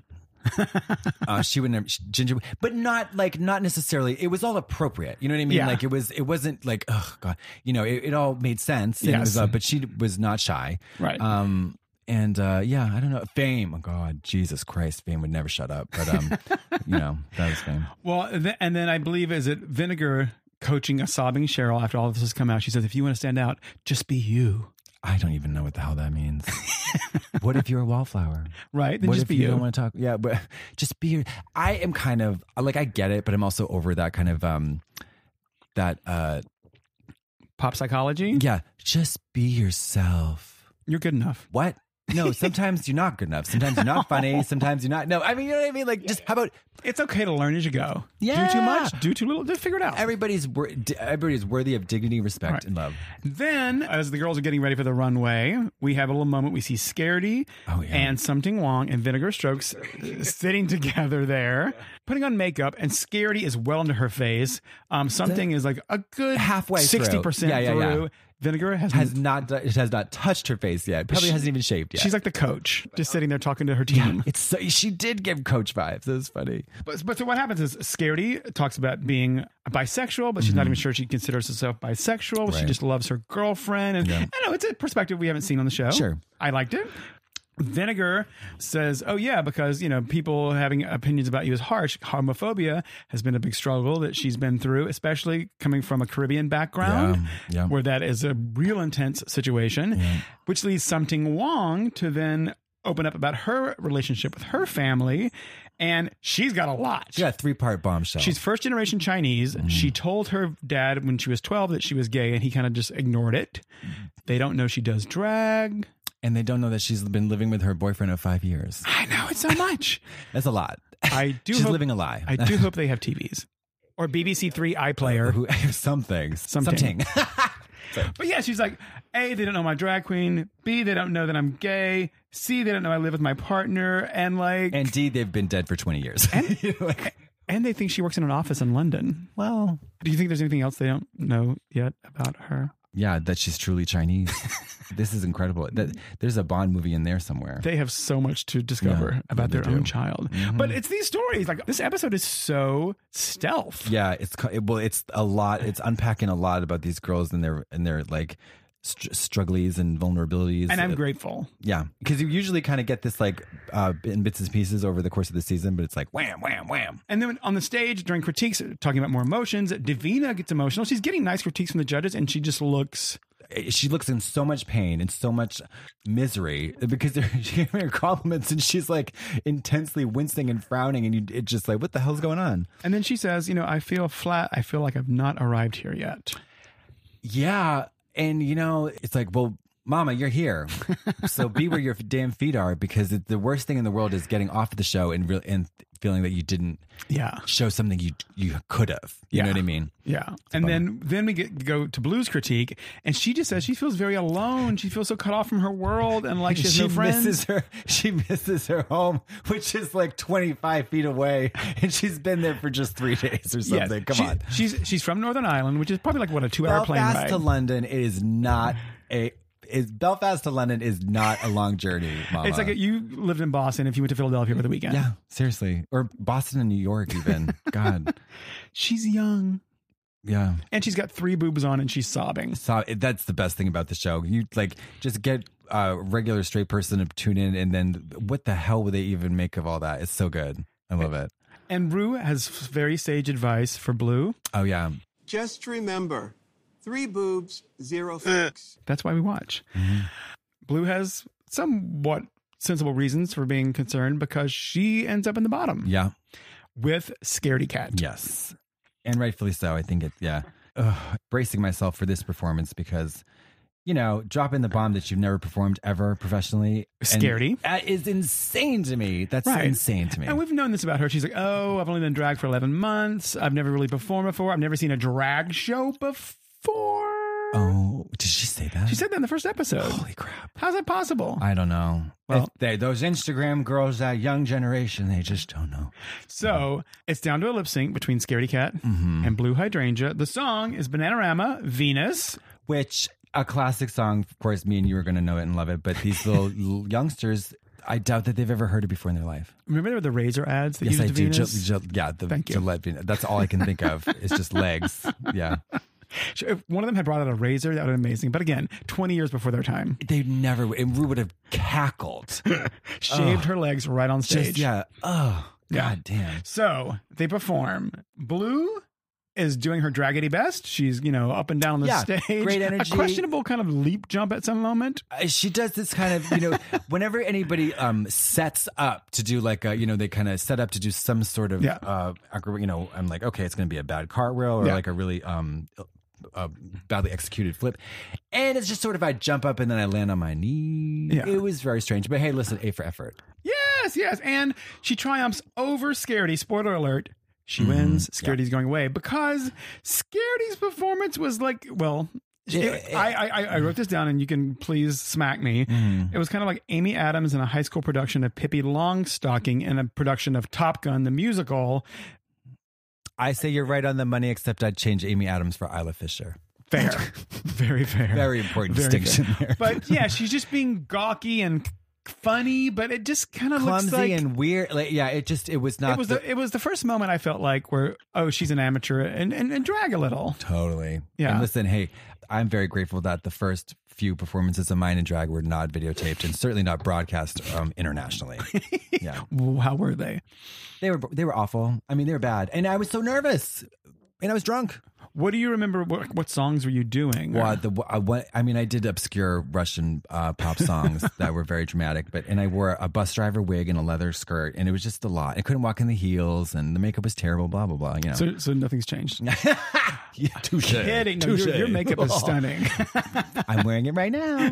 Speaker 2: uh, she would never she- ginger, but not like not necessarily. It was all appropriate. You know what I mean?
Speaker 1: Yeah.
Speaker 2: Like it was. It wasn't like oh god. You know, it, it all made sense. And it was,
Speaker 1: Yes.
Speaker 2: uh, but she was not shy.
Speaker 1: Right.
Speaker 2: Um. And uh, yeah, I don't know. Fame. Oh God, Jesus Christ, fame would never shut up. But um, you know, that was fame.
Speaker 1: Well, th- and then I believe is it Vinegar coaching a sobbing Cheryl after all this has come out. She says, "If you want to stand out, just be you."
Speaker 2: I don't even know what the hell
Speaker 1: *laughs*
Speaker 2: that means. what if you're a wallflower?
Speaker 1: Right? Then
Speaker 2: what
Speaker 1: just
Speaker 2: if
Speaker 1: be
Speaker 2: you,
Speaker 1: you.
Speaker 2: don't want to talk? Yeah, but *laughs* just be. your- I am kind of like I get it, but I'm also over that kind of um, that uh,
Speaker 1: Pop psychology.
Speaker 2: Yeah, just be yourself.
Speaker 1: You're good enough.
Speaker 2: What?
Speaker 1: *laughs*
Speaker 2: No, sometimes you're not good enough. Sometimes you're not funny. Sometimes you're not. No, I mean, you know what I mean? Like, just how about
Speaker 1: It's okay to learn as you go. Do too
Speaker 2: Yeah.
Speaker 1: much, do too little, just figure it out.
Speaker 2: everybody's wor- d- everybody's worthy of dignity, respect, and love.
Speaker 1: then, as the girls are getting ready for the runway, we have a little moment. We see Scaredy
Speaker 2: Oh, yeah.
Speaker 1: and Something Wong and Vinegar Strokes uh, sitting *laughs* together there, putting on makeup, and Scaredy is well into her phase. Um, something is like a good
Speaker 2: Halfway through.
Speaker 1: 60%
Speaker 2: Yeah, yeah, yeah.
Speaker 1: through. Vinegar has,
Speaker 2: Has not do- it has not touched her face yet. Probably hasn't even shaved yet.
Speaker 1: she's like the coach, just sitting there talking to her team.
Speaker 2: it's so, she did give coach vibes. It was funny.
Speaker 1: But, but so what happens is Scaredy talks about being bisexual, but she's not even sure she considers herself bisexual. She
Speaker 2: Mm-hmm. Right.
Speaker 1: just loves her girlfriend. And I know it's a perspective we haven't seen on the show.
Speaker 2: Sure.
Speaker 1: I liked it. Vinegar says, Oh, yeah, because, you know, people having opinions about you is harsh. Homophobia has been a big struggle that she's been through, especially coming from a Caribbean background
Speaker 2: Yeah, yeah.
Speaker 1: where that is a real intense situation, which leads something Wong to then open up about her relationship with her family. And she's got a lot.
Speaker 2: She got a three part bombshell.
Speaker 1: She's first generation
Speaker 2: Mm-hmm. Mm-hmm.
Speaker 1: Chinese. She told her dad when she was 12 that she was gay, and he kind of just ignored it. They don't know she does drag.
Speaker 2: and they don't know that she's been living with her boyfriend of five years.
Speaker 1: I know it's so
Speaker 2: *laughs*
Speaker 1: much.
Speaker 2: That's a lot.
Speaker 1: I do
Speaker 2: she's
Speaker 1: hope,
Speaker 2: living a lie. *laughs*
Speaker 1: I do hope they have TVs or BBC Three iPlayer.
Speaker 2: Who, *laughs* something.
Speaker 1: Something.
Speaker 2: *laughs*
Speaker 1: But yeah, she's like, A, they don't know my drag queen. B, they don't know that I'm gay. C, they don't know I live with my partner. And like, and,
Speaker 2: and D, they've been dead for 20 years. You know, like,
Speaker 1: they think she works in an office in London.
Speaker 2: well,
Speaker 1: Do you think there's anything else they don't know yet about her?
Speaker 2: *laughs* yeah, that she's truly Chinese. *laughs* this is incredible. That There's a Bond movie in there somewhere.
Speaker 1: They have so much to discover
Speaker 2: Yeah,
Speaker 1: about
Speaker 2: they
Speaker 1: their own
Speaker 2: do. Mm-hmm.
Speaker 1: child. But it's these stories. Like, this episode is so stealth.
Speaker 2: yeah, it's co- it, well, it's a lot. It's unpacking a lot about these girls and their and their like str- struggles and vulnerabilities.
Speaker 1: And I'm
Speaker 2: Uh,
Speaker 1: grateful.
Speaker 2: Yeah, because you usually kind of get this like uh, in bits and pieces over the course of the season, but it's like wham, wham, wham.
Speaker 1: And then on the stage during critiques, talking about more emotions, Davina gets emotional. She's getting nice critiques from the judges, and she just looks
Speaker 2: She looks in so much pain and so much misery because they're *laughs* giving her compliments, and she's like intensely wincing and frowning, and you it's just like what the hell's going on?
Speaker 1: And then she says, you know, I feel flat. I feel like I've not arrived here yet.
Speaker 2: Yeah, and you know it's like well. Mama, you're here, so be where your damn feet are because it, the worst thing in the world is getting off the show and real and feeling that you *laughs* didn't
Speaker 1: Yeah.
Speaker 2: show something you you could have. You
Speaker 1: Yeah.
Speaker 2: know what I mean?
Speaker 1: Yeah. And then then we get go to Blue's critique and she just says she feels very alone. She feels so cut off from her world and like she has
Speaker 2: *laughs* she
Speaker 1: no friends.
Speaker 2: misses her she misses her home which is like 25 feet away and she's been there for just three days or
Speaker 1: Yes.
Speaker 2: something come
Speaker 1: She-
Speaker 2: on
Speaker 1: She's she's from Northern Ireland, which is probably like what a two hour plane
Speaker 2: belfast
Speaker 1: ride.
Speaker 2: to london is not a is belfast to london is not a long journey
Speaker 1: *laughs*
Speaker 2: mama.
Speaker 1: It's like you lived in Boston if you went to Philadelphia over the weekend.
Speaker 2: yeah seriously or boston and new york
Speaker 1: *laughs*
Speaker 2: even god
Speaker 1: She's young.
Speaker 2: yeah
Speaker 1: And she's got three boobs on and she's sobbing.
Speaker 2: so that's the best thing about the show you like just get a regular straight person to tune in and then what the hell would they even make of all that it's so good i love it
Speaker 1: And Rue has very sage advice for Blue.
Speaker 2: oh yeah
Speaker 5: Just remember three boobs, zero fucks.
Speaker 1: That's why we watch.
Speaker 2: Mm-hmm.
Speaker 1: Blue has somewhat sensible reasons for being concerned because she ends up in the bottom
Speaker 2: yeah
Speaker 1: with Scaredy Cat.
Speaker 2: Yes. And rightfully so. I think it, yeah. Ugh, bracing myself for this performance because, you know, dropping the bomb that you've never performed ever professionally. and-
Speaker 1: Scaredy.
Speaker 2: That is insane to me. That's
Speaker 1: Right.
Speaker 2: insane to me.
Speaker 1: And we've known this about her. She's like, oh, I've only been drag for 11 months. I've never really performed before. I've never seen a drag show before.
Speaker 2: oh, did she say that?
Speaker 1: She said that in the first episode.
Speaker 2: holy crap.
Speaker 1: How's that possible?
Speaker 2: I don't know.
Speaker 1: Well-
Speaker 2: If they, those Instagram girls, that young generation, they just don't know.
Speaker 1: so it's down to a lip sync between Scaredy Cat
Speaker 2: Mm-hmm.
Speaker 1: and Blue Hydrangea. The song is Bananarama, Venus.
Speaker 2: Which, a classic song, of course, me and you are going to know it and love it, but these little
Speaker 1: *laughs*
Speaker 2: youngsters, I doubt that they've ever heard it before in their life.
Speaker 1: Remember there were the razor ads that
Speaker 2: Yes, I
Speaker 1: used
Speaker 2: do.
Speaker 1: Venus?
Speaker 2: Gil- Gil- yeah, the
Speaker 1: Thank you.
Speaker 2: Gillette Venus. That's all I can think of. It's *laughs* just legs. Yeah,
Speaker 1: Sure, If one of them had brought out a razor, that would have been amazing. But again, 20 years before their time,
Speaker 2: they never. And Rue would have *laughs* cackled.
Speaker 1: shaved her legs right on stage.
Speaker 2: Just yeah. Oh
Speaker 1: Yeah.
Speaker 2: god damn.
Speaker 1: So they perform. Blue is doing her draggedy best. She's, you know, up and down on the
Speaker 2: Yeah,
Speaker 1: stage.
Speaker 2: great
Speaker 1: A
Speaker 2: *laughs* energy.
Speaker 1: questionable kind of leap jump at some moment.
Speaker 2: Uh, She does this kind of you know *laughs* whenever anybody um sets up to do like a you know they kind of set up to do some sort of
Speaker 1: Yeah.
Speaker 2: uh acro- you know I'm like okay it's gonna be a bad cartwheel or
Speaker 1: Yeah.
Speaker 2: like a really um. A badly executed flip, and it's just sort of I jump up and then I land on my knee.
Speaker 1: Yeah.
Speaker 2: It was very strange, but hey, listen, A for effort.
Speaker 1: Yes, yes. And she triumphs over Scaredy. Spoiler alert. She wins. Scaredy's going away because Scaredy's performance was like, well,
Speaker 2: Yeah.
Speaker 1: I, I, I- I wrote this down and you can please smack me. It was kind of like Amy Adams in a high school production of Pippi Longstocking and a production of Top Gun, the musical.
Speaker 2: I say you're right on the money, except I'd change Amy Adams for Isla Fisher.
Speaker 1: Fair. Very fair.
Speaker 2: *laughs* Very important
Speaker 1: Very
Speaker 2: distinction
Speaker 1: fair.
Speaker 2: there. *laughs*
Speaker 1: But yeah, she's just being gawky and funny, but it just kind of looks
Speaker 2: Clumsy
Speaker 1: like
Speaker 2: and weird. Like, yeah, it just it was not
Speaker 1: it was the, it was the first moment I felt like where oh she's an amateur and and, and drag a little
Speaker 2: totally.
Speaker 1: Yeah.
Speaker 2: And listen, hey, I'm very grateful that the first few performances of mine in drag were not videotaped and certainly not broadcast um, internationally. *laughs* yeah,
Speaker 1: how were they
Speaker 2: they were they were awful. I mean, they were bad, and I was so nervous, and I was drunk.
Speaker 1: What do you remember? What, what songs were you doing?
Speaker 2: Well, the I went, I mean, I did obscure Russian uh, pop *laughs* songs that were very dramatic, but and I wore a bus driver wig and a leather skirt, and it was just a lot. I couldn't walk in the heels, and the makeup was terrible. Blah blah blah. *laughs* You know,
Speaker 1: so, so nothing's changed.
Speaker 2: yeah, touche.
Speaker 1: Kidding. No, your, your makeup
Speaker 2: *laughs*
Speaker 1: is stunning. *laughs*
Speaker 2: I'm wearing it right now. Yeah.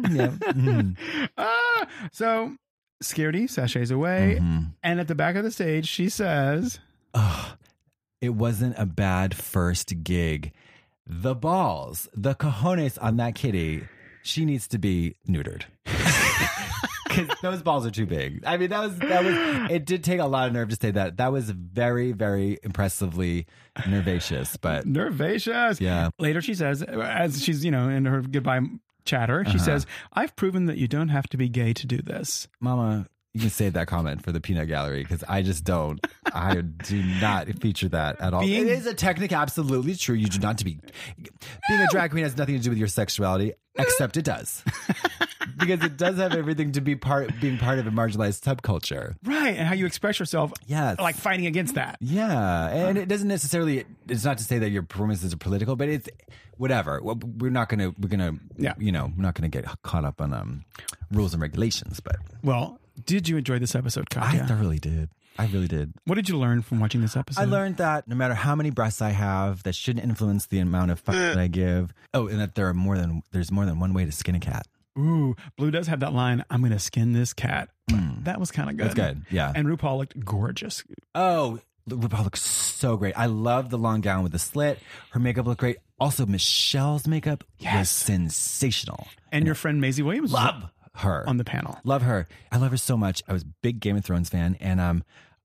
Speaker 2: Mhm.
Speaker 1: Ah, so, Scaredy sachets away.
Speaker 2: Mm-hmm.
Speaker 1: And at the back of the stage, she says,
Speaker 2: It wasn't a bad first gig. The balls, the cojones on that kitty, she needs to be neutered. *laughs* Because those balls are too big. I mean, that was that was. It did take a lot of nerve to say that. That was very, very impressively nervacious. But
Speaker 1: nervacious.
Speaker 2: Yeah.
Speaker 1: Later, she says, as she's, you know, in her goodbye chatter,
Speaker 2: Uh-huh.
Speaker 1: she says, I've proven that you don't have to be gay to do this.
Speaker 2: Mama, you can save that comment for the peanut gallery because I just don't. I do not feature that at all.
Speaker 1: Being-
Speaker 2: it is a technique, absolutely true. You do not to be being a drag queen has nothing to do with your sexuality, except
Speaker 1: *laughs*
Speaker 2: it does. because it does have everything to be part being part of a marginalized subculture.
Speaker 1: Right. And how you express yourself,
Speaker 2: Yes.
Speaker 1: like fighting against that.
Speaker 2: Yeah, and it doesn't necessarily. It's not to say that your performances are political, but it's whatever. Well, We're not gonna. We're gonna.
Speaker 1: Yeah.
Speaker 2: You know, we're not gonna get caught up on um rules and regulations. But
Speaker 1: Well, did you enjoy this episode,
Speaker 2: I
Speaker 1: Katya?
Speaker 2: thoroughly did. I really did.
Speaker 1: what did you learn from watching this episode?
Speaker 2: I learned that no matter how many breasts I have, that shouldn't influence the amount of fuck that
Speaker 1: Eh.
Speaker 2: I give. Oh, and that there are more than there's more than one way to skin a cat.
Speaker 1: Ooh, Blue does have that line, I'm going to skin this cat. That was kind of good.
Speaker 2: Hmm. That's good. Yeah.
Speaker 1: And RuPaul looked gorgeous.
Speaker 2: Oh, RuPaul looks so great. I love the long gown with the slit. Her makeup looked great. Also, Michelle's makeup
Speaker 1: Yes.
Speaker 2: was sensational.
Speaker 1: And your friend Maisie Williams was
Speaker 2: Love her
Speaker 1: on the panel.
Speaker 2: Love her. I love her so much. I was a big Game of Thrones fan, and um,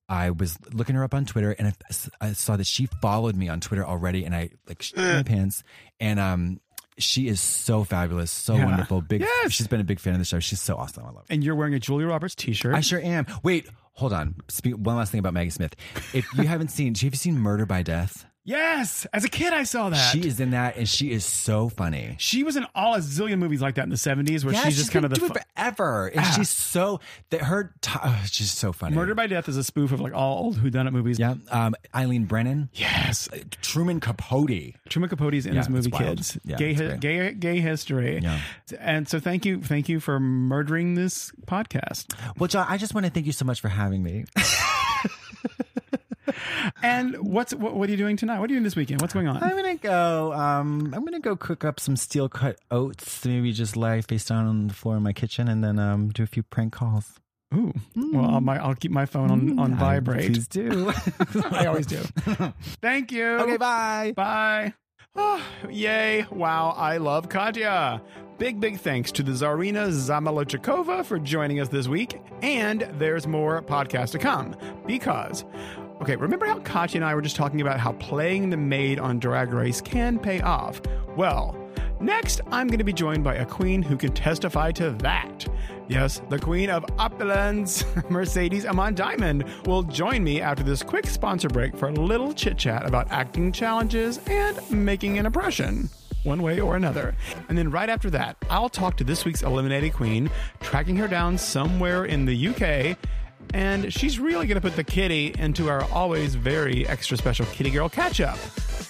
Speaker 2: I was looking her up on Twitter, and I, I saw that she followed me on Twitter already, and I like shit my pants, and um, she is so fabulous, so
Speaker 1: Yeah.
Speaker 2: wonderful. Big,
Speaker 1: Yes.
Speaker 2: she's been a big fan of the show. She's so awesome. I love her.
Speaker 1: And you're wearing a Julia Roberts t shirt.
Speaker 2: I sure am. Wait, hold on. Speak, one last thing about Maggie Smith. If you haven't seen, have you seen Murder by Death?
Speaker 1: yes. As a kid, I saw that.
Speaker 2: She is in that, and she is so funny.
Speaker 1: She was in all a zillion movies like that in the 70s where
Speaker 2: Yeah,
Speaker 1: she's just kind of the.
Speaker 2: doing
Speaker 1: fu-
Speaker 2: it forever, and she's so that her t- oh, she's so funny.
Speaker 1: Murder by Death is a spoof of like all old whodunit movies.
Speaker 2: Yeah. Um, Eileen Brennan.
Speaker 1: Yes.
Speaker 2: Truman Capote.
Speaker 1: Truman Capote's in
Speaker 2: Yeah,
Speaker 1: this movie,
Speaker 2: it's wild.
Speaker 1: kids.
Speaker 2: Yeah,
Speaker 1: gay,
Speaker 2: it's
Speaker 1: hi-
Speaker 2: great.
Speaker 1: gay, gay history.
Speaker 2: Yeah.
Speaker 1: And so, thank you, thank you for murdering this podcast.
Speaker 2: Well, John, I just want to thank you so much for having me.
Speaker 1: And what's what, what are you doing tonight? What are you doing this weekend? What's going on?
Speaker 2: *laughs* I'm gonna go. Um, I'm gonna go cook up some steel cut oats, maybe just lie face down on the floor in my kitchen, and then um, do a few prank calls.
Speaker 1: Ooh. Well, I'll, my, I'll keep my phone on on vibrate.
Speaker 2: Mm. Please *laughs* do.
Speaker 1: I always
Speaker 2: *laughs*
Speaker 1: do. Thank you.
Speaker 2: okay, bye.
Speaker 1: Bye. *sighs* Oh, yay. Wow. I love Katya. Big, big thanks to the Tsarina Zamalochikova for joining us this week. And there's more podcast to come because. Okay, remember how Katya and I were just talking about how playing the maid on Drag Race can pay off? Well, next I'm going to be joined by a queen who can testify to that. Yes, the queen of opulence, *laughs* Mercedes Amon Diamond, will join me after this quick sponsor break for a little chit chat about acting challenges and making an impression. One way or another. And then right after that, I'll talk to this week's Eliminated Queen, tracking her down somewhere in the UK, and she's really going to put the kitty into our always very extra special kitty girl catch up.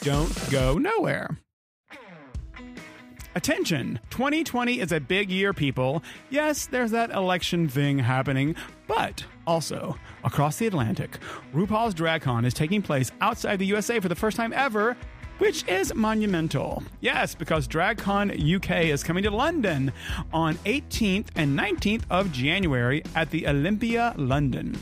Speaker 1: Don't go nowhere. Attention! 2020 is a big year, people. Yes, there's that election thing happening, but also, across the Atlantic, RuPaul's DragCon is taking place outside the USA for the first time ever, which is monumental. Yes, because DragCon UK is coming to London on 18th and 19th of January at the Olympia, London.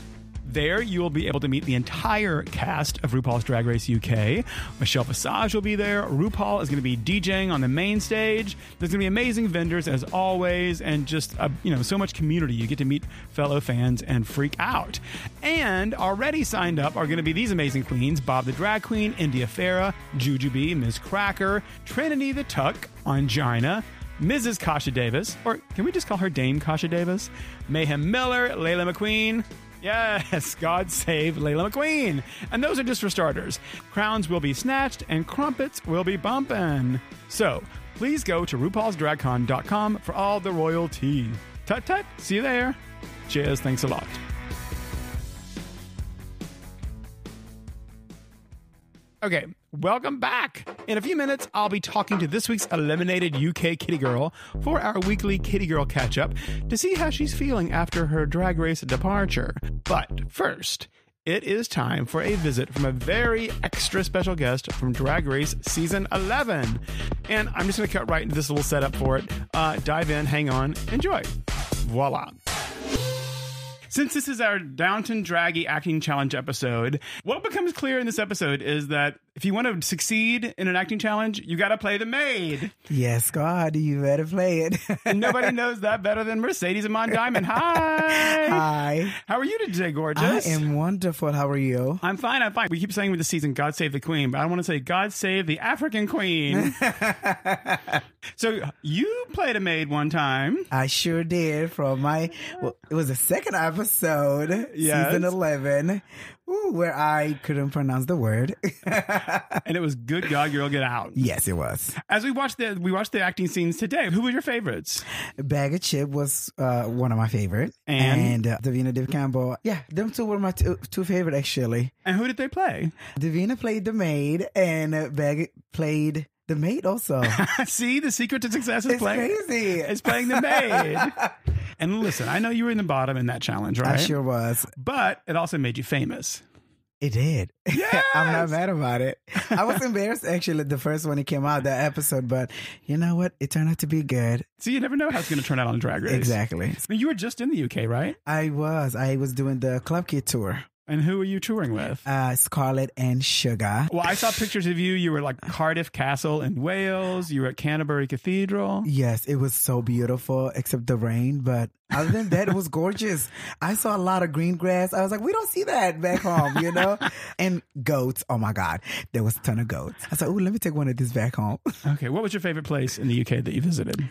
Speaker 1: There, you will be able to meet the entire cast of RuPaul's Drag Race UK. Michelle Visage will be there. RuPaul is going to be DJing on the main stage. There's going to be amazing vendors as always, and just uh, you know so much community. You get to meet fellow fans and freak out. And already signed up are going to be these amazing queens: Bob the Drag Queen, India Farah, Jujubee, Ms. Cracker, Trinity the Tuck, Angina. Mrs. Kasha Davis, or can we just call her Dame Kasha Davis? Mayhem Miller, Layla McQueen, Yes, *laughs* God save Layla McQueen. And those are just for starters. Crowns will be snatched and crumpets will be bumpin'. So please go to RuPaul'sDragCon.com for all the royal tea. Tut tut, see you there. Cheers, thanks a lot. Okay, welcome back. In a few minutes, I'll be talking to this week's eliminated UK Kitty Girl for our weekly Kitty Girl catch up to see how she's feeling after her drag race departure. But first, it is time for a visit from a very extra special guest from Drag Race Season 11. And I'm just going to cut right into this little setup for it. Uh, dive in, hang on, enjoy. Voila. Since this is our Downton Draggy acting challenge episode, what becomes clear in this episode is that if you want to succeed in an acting challenge, you got to play the maid.
Speaker 6: Yes, God, you better play it.
Speaker 2: *laughs*
Speaker 1: And
Speaker 6: *laughs*
Speaker 1: nobody knows that better than Mercedes Amon Diamond. Hi.
Speaker 6: Hi.
Speaker 1: How are you today,
Speaker 6: I
Speaker 1: gorgeous?
Speaker 6: am wonderful. How are you?
Speaker 1: I'm fine. I'm fine. We keep saying with the season, "God save the queen," but I want to say, "God save the African
Speaker 6: *laughs*
Speaker 1: queen." so you played a maid one time.
Speaker 6: I sure did from my, well, it was the second episode,
Speaker 1: Yes.
Speaker 6: season 11, ooh, where I couldn't pronounce the word. *laughs*
Speaker 1: and it was good God, girl, get out.
Speaker 6: yes, it was.
Speaker 1: As we watched the we watched the acting scenes today, who were your favorites?
Speaker 6: Bag of Chip was uh, one of my favorite.
Speaker 1: And?
Speaker 6: uh, Davina Div Campbell. Yeah, them two were my two, two favorite, actually.
Speaker 1: And who did they play? *laughs*
Speaker 6: Davina played the maid, and uh, Bag played the
Speaker 1: *laughs*
Speaker 6: maid also.
Speaker 1: See, the secret to success is
Speaker 6: It's
Speaker 1: playing.
Speaker 6: crazy.
Speaker 1: It's playing the maid.
Speaker 6: *laughs*
Speaker 1: and listen, I know you were in the bottom in that challenge, right?
Speaker 6: I sure was.
Speaker 1: But it also made you famous.
Speaker 6: It did. *laughs* I'm
Speaker 1: Yes!
Speaker 6: not mad about it.
Speaker 1: *laughs*
Speaker 6: I was embarrassed actually the first one it came out, that episode, but you know what? It turned out to be good.
Speaker 1: So you never know how it's going to turn out on Drag Race.
Speaker 6: Exactly.
Speaker 1: I mean, you were just in the UK, right?
Speaker 6: I was. I was doing the Club Kid tour.
Speaker 1: And who were you touring with?
Speaker 6: Uh Scarlet and Sugar.
Speaker 1: Well, I saw pictures of you. You were
Speaker 6: uh,
Speaker 1: like Cardiff Castle in Wales. You were at Canterbury Cathedral.
Speaker 6: Yes, it was so beautiful, except the rain. But other than that, it was gorgeous. I saw a lot of green grass. I was like, we don't see that back home, you
Speaker 1: *laughs*
Speaker 6: know? and goats. Oh my God. There was a ton of goats. I was like, oh, let me take one of these back home. *laughs*
Speaker 1: Okay, what was your favorite place in the UK that you visited?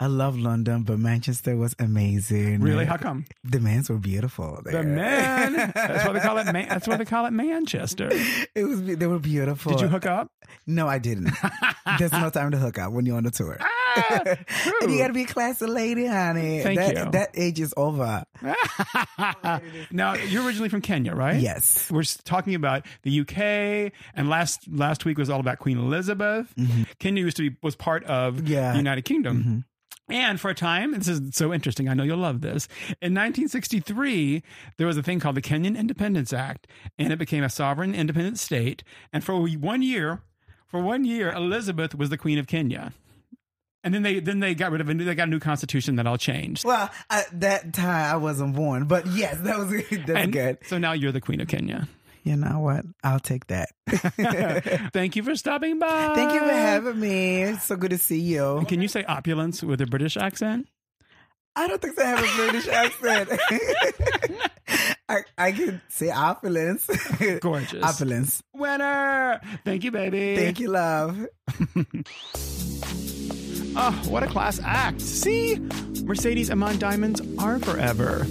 Speaker 6: I love London, but Manchester was amazing.
Speaker 1: Really? How come?
Speaker 6: The mans were beautiful.
Speaker 1: The
Speaker 6: there.
Speaker 1: man.
Speaker 6: *laughs*
Speaker 1: That's why they call it. Man- that's why they call it Manchester. Did
Speaker 6: It was. be- They were beautiful.
Speaker 1: you hook up?
Speaker 6: No,
Speaker 1: *laughs*
Speaker 6: I didn't. There's no time to hook up when you're on the tour. *laughs* and you gotta be a classy lady, honey.
Speaker 1: Ah, Thank
Speaker 6: that,
Speaker 1: you.
Speaker 6: That age is over.
Speaker 1: now you're originally from Kenya, right?
Speaker 6: Yes.
Speaker 1: We're s- talking about the UK, and last last week was all about Queen Elizabeth. Kenya used to be was part of
Speaker 6: Mm-hmm. Yeah. Mm-hmm.
Speaker 1: the United Kingdom. And for a time, this is so interesting. I know you'll love this. In 1963, there was a thing called the Kenyan Independence Act, and it became a sovereign independent state. And for one year, for one year, Elizabeth was the Queen of Kenya. And then they then they got rid of a new, they got a new constitution that all changed.
Speaker 6: Well, I, that time I wasn't born, but yes, that was *laughs* that's
Speaker 1: And
Speaker 6: good.
Speaker 1: So now you're the Queen of Kenya.
Speaker 6: You know what? I'll take that.
Speaker 1: Thank you for stopping by.
Speaker 6: Thank you for having me. It's so good to see you.
Speaker 1: Can Ah. you say opulence with a British accent?
Speaker 6: I don't think I have a
Speaker 1: *laughs*
Speaker 6: British accent. *laughs* I, I can say opulence.
Speaker 1: Gorgeous.
Speaker 6: Opulence.
Speaker 1: Winner! Thank you, baby.
Speaker 6: Thank you, love.
Speaker 1: Oh, what a class act. See? Mercedes Amon diamonds are forever.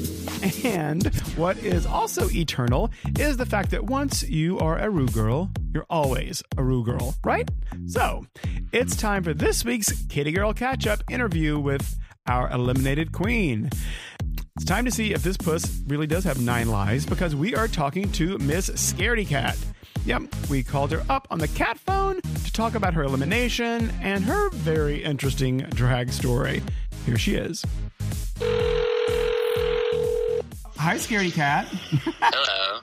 Speaker 1: And what is also eternal is the fact that once you are a Rue girl, you're always a Rue girl, right? So it's time for this week's Kitty Girl Catch Up interview with our eliminated queen. It's time to see if this puss really does have nine lives because we are talking to Miss Scaredy Cat. Yep, we called her up on the cat phone to talk about her elimination and her very interesting drag story. Here she is. Hi, Scaredy Cat.
Speaker 7: Hello.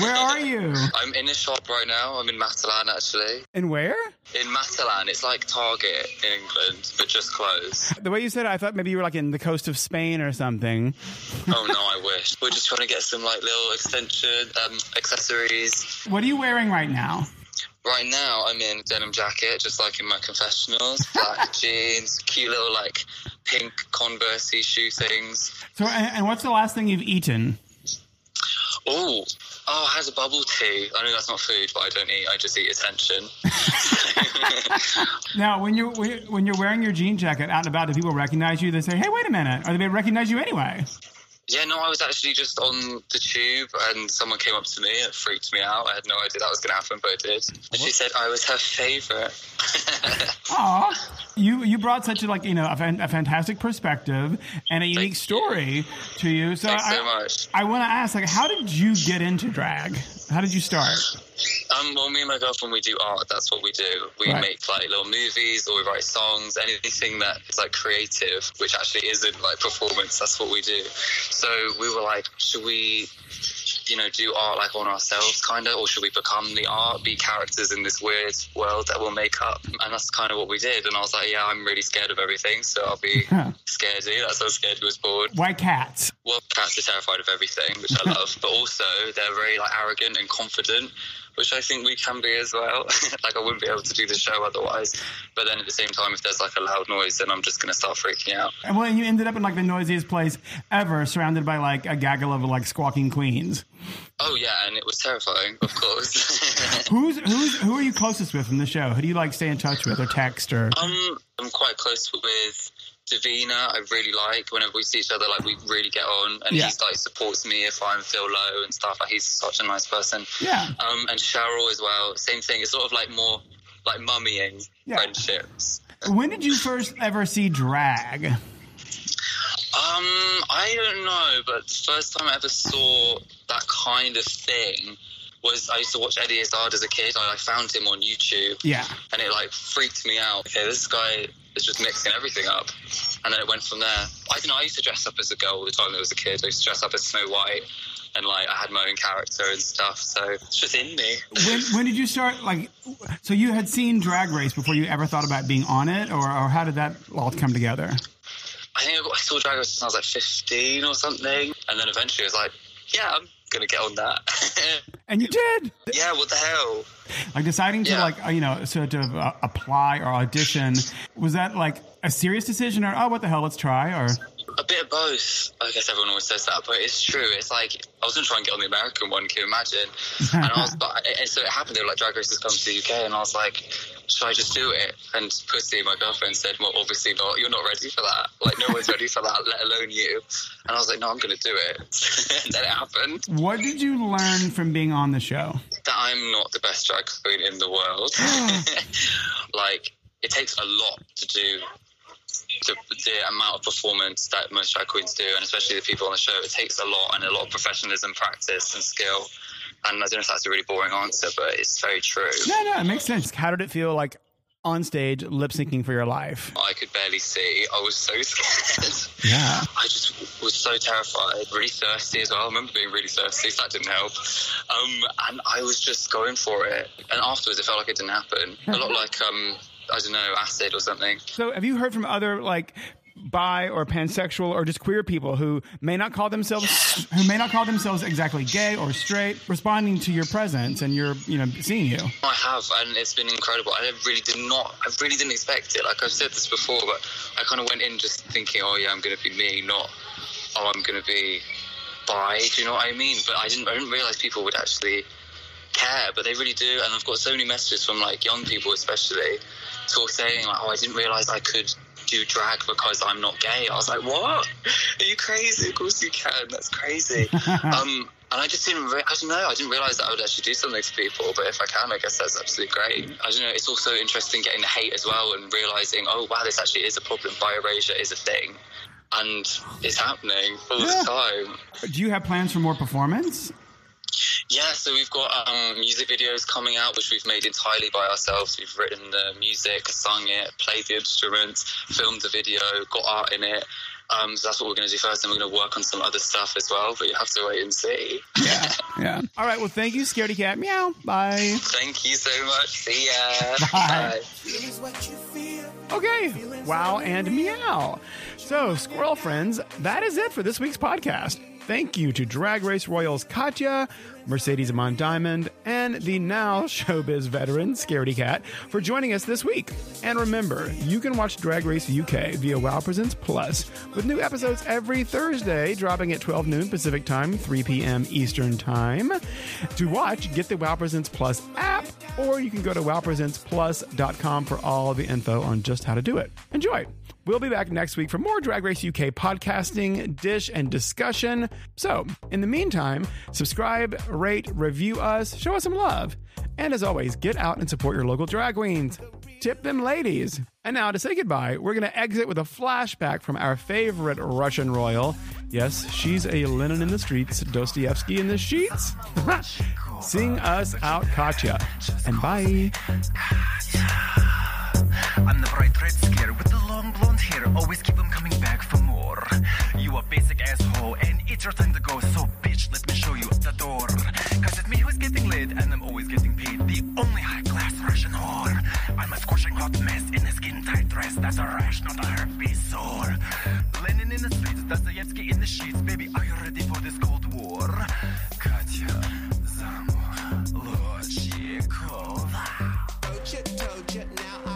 Speaker 1: Where are you?
Speaker 7: I'm in a shop right now. I'm in Matalan actually.
Speaker 1: And where?
Speaker 7: In Matalan, it's like Target in England, but
Speaker 1: *laughs*
Speaker 7: just clothes.
Speaker 1: The way you said it, I thought maybe you were like in the coast of Spain or something.
Speaker 7: oh no, I wish. We're just trying to get some like little extension um, accessories.
Speaker 1: What are you wearing right now?
Speaker 7: Right now, I'm in a denim jacket, just like in my confessionals.
Speaker 1: *laughs*
Speaker 7: Black jeans, cute little like pink Converse shoe things.
Speaker 1: So, and, and what's the last thing you've eaten?
Speaker 7: Oh, oh, it has a bubble tea. I know that's not food, but I don't eat. I just eat attention.
Speaker 1: Now, when you're when you're wearing your jean jacket out and about, do people recognize you? They say, "Hey, wait a minute," or they may recognize you anyway.
Speaker 7: Yeah, no, I was actually just on the tube and someone came up to me. It freaked me out. I had no idea that was going to happen, but it did. And she said I was her *laughs* favourite.
Speaker 1: Aw, you you brought such a like you know a, fan, a fantastic perspective and a unique
Speaker 7: you.
Speaker 1: story to you. So
Speaker 7: Thanks
Speaker 1: I
Speaker 7: so much.
Speaker 1: I want to ask like, how did you get into drag? How did you start?
Speaker 7: Um, well, me and my girlfriend, we do art. That's what we do. We
Speaker 1: Right.
Speaker 7: make like little movies or we write songs, anything that is like creative, which actually isn't like performance. That's what we do. So we were like, should we, you know, do art like on ourselves, kind of, or should we become the art, be characters in this weird world that we'll make up? And that's kind of what we did. And I was like, yeah, I'm really scared of everything, so I'll be
Speaker 1: Huh.
Speaker 7: scaredy. That's how scared was born.
Speaker 1: Why cats?
Speaker 7: Well, cats are terrified of everything, which I love, but also they're very like arrogant and confident, which I think we can be as well. *laughs* like I wouldn't be able to do the show otherwise. But then at the same time, if there's like a loud noise, then I'm just gonna start freaking out.
Speaker 1: Well, and you ended up in like the noisiest place ever, surrounded by like a gaggle of like squawking queens.
Speaker 7: Oh yeah, and it was terrifying, of
Speaker 1: *laughs*
Speaker 7: course.
Speaker 1: Who's who's who are you closest with from the show? Who do you like stay in touch with or text or?
Speaker 7: um, I'm quite close with. Davina, I really like. Whenever we see each other, like we really get on, and
Speaker 1: Yeah.
Speaker 7: he's like supports me if I feel low and stuff. Like he's such a nice person.
Speaker 1: Yeah.
Speaker 7: Um, and Cheryl as well. Same thing. It's sort of like more like mummying
Speaker 1: Yeah.
Speaker 7: friendships.
Speaker 1: When did you first ever see drag?
Speaker 7: Um, I don't know, but the first time I ever saw that kind of thing was I used to watch Eddie Izzard as a kid. I, I found him on YouTube,
Speaker 1: Yeah.
Speaker 7: and it like freaked me out. Okay, this guy is just mixing everything up, and then it went from there. I don't know. I used to dress up as a girl all the time that I was a kid. I used to dress up as Snow White, and like I had my own character and stuff. So it's just in me.
Speaker 1: When when did you start like? So you had seen Drag Race before you ever thought about being on it, or or how did that all come together?
Speaker 7: I think I, got, I saw Drag Race when I was like 15 or something, and then eventually I was like, yeah, I'm gonna get on that. *laughs*
Speaker 1: And you did.
Speaker 7: yeah, what the hell?
Speaker 1: Like deciding to
Speaker 7: Yeah.
Speaker 1: like uh, you know so to uh, apply or audition was that like a serious decision or oh what the hell let's try or
Speaker 7: A bit of both. I guess everyone always says that, but it's true. It's like I was gonna try and get on the American one. Can you imagine? And I was, but and so it happened. They were like, "Drag Race has come to the UK," and I was like, "Should I just do it?" And Pussy, my girlfriend, said, "Well, obviously not. You're not ready for that. Like, no one's ready for that, let alone you." And I was like, "No, I'm gonna do it." *laughs* and then it happened.
Speaker 1: what did you learn from being on the show?
Speaker 7: that I'm not the best drag queen in
Speaker 1: *gasps*
Speaker 7: the world.
Speaker 1: Hmm.
Speaker 7: *laughs* like, it takes a lot to do the, the amount of performance that most drag queens do, and especially the people on the show. It takes a lot and a lot of professionalism, practice, and skill. And I don't know if that's a really boring answer, but it's very true.
Speaker 1: No, no, it makes sense. How did it feel like on stage lip syncing for your life?
Speaker 7: I could barely see. I was so *laughs* scared.
Speaker 1: Yeah.
Speaker 7: I just was so terrified, really thirsty as well. I remember being really thirsty, so that didn't help. Um, and I was just going for it. And afterwards, it felt like it didn't happen. A lot like, um, I don't know, acid or something.
Speaker 1: So, have you heard from other like bi or pansexual or just queer people who may not call themselves who may not call themselves exactly gay or straight responding to your presence and your you know seeing you?
Speaker 7: I have, and it's been incredible. I really did not, I really didn't expect it. Like I've said this before, but I kind of went in just thinking, oh yeah, I'm going to be me, not, oh, I'm going to be bi. Do you know what I mean? But I didn't, I didn't realize people would actually care, but they really do. And I've got so many messages from like young people, especially, sort of saying like, oh, I didn't realize I could do drag because I'm not gay. I was like, what? Are you crazy? Of course you can. That's crazy. um, and I just didn't. Re- I don't know. I didn't realize that I would actually do something for people. But if I can, I guess that's absolutely great. I don't know. It's also interesting getting the hate as well and realizing, oh wow, this actually is a problem. Bi erasure is a thing. And it's happening all
Speaker 1: Yeah.
Speaker 7: the time.
Speaker 1: Do you have plans for more performance?
Speaker 7: Yeah, so we've got um, music videos coming out, which we've made entirely by ourselves. We've written the music, sung it, played the instruments, filmed the video, got art in it. Um, so that's what we're going to do first, and we're going to work on some other stuff as well. But you have to wait and see.
Speaker 1: Yeah. Yeah. All right. Well, thank you, Scaredy Cat. Meow. Bye.
Speaker 7: Thank you so much. See ya.
Speaker 1: Bye.
Speaker 7: Bye.
Speaker 1: Okay. Wow and meow. So, squirrel friends, that is it for this week's podcast. Thank you to Drag Race Royals Katya, Mercedes Amon Diamond, and the now showbiz veteran Scaredy Cat for joining us this week. And remember, you can watch Drag Race UK via WoW Presents Plus with new episodes every Thursday, dropping at 12 noon Pacific Time, 3 p.m. Eastern Time. To watch, get the WoW Presents Plus app, or you can go to wowpresentsplus.com for all the info on just how to do it. Enjoy! We'll be back next week for more Drag Race UK podcasting, dish, and discussion. So, in the meantime, subscribe, rate, review us, show us some love. And as always, get out and support your local drag queens. Tip them ladies. And now to say goodbye, we're going to exit with a flashback from our favorite Russian royal. Yes, she's a Lenin in the streets, Dostoevsky in the sheets. *laughs* Sing us out, Katya. And bye.
Speaker 8: I'm the bright red scare with the long blonde hair. Always keep them coming back for more. You a basic asshole, and it's your time to go. So, bitch, let me show you the door. Cause it's me who's getting laid, and I'm always getting paid. The only high class Russian whore. I'm a scorching hot mess in a skin tight dress. That's a rash, not a herpes sore. Lenin in the streets, Dostoevsky in the sheets. Baby, are you ready for this cold war? Katya, замуж, лучший кова.
Speaker 4: Told you, told you, now I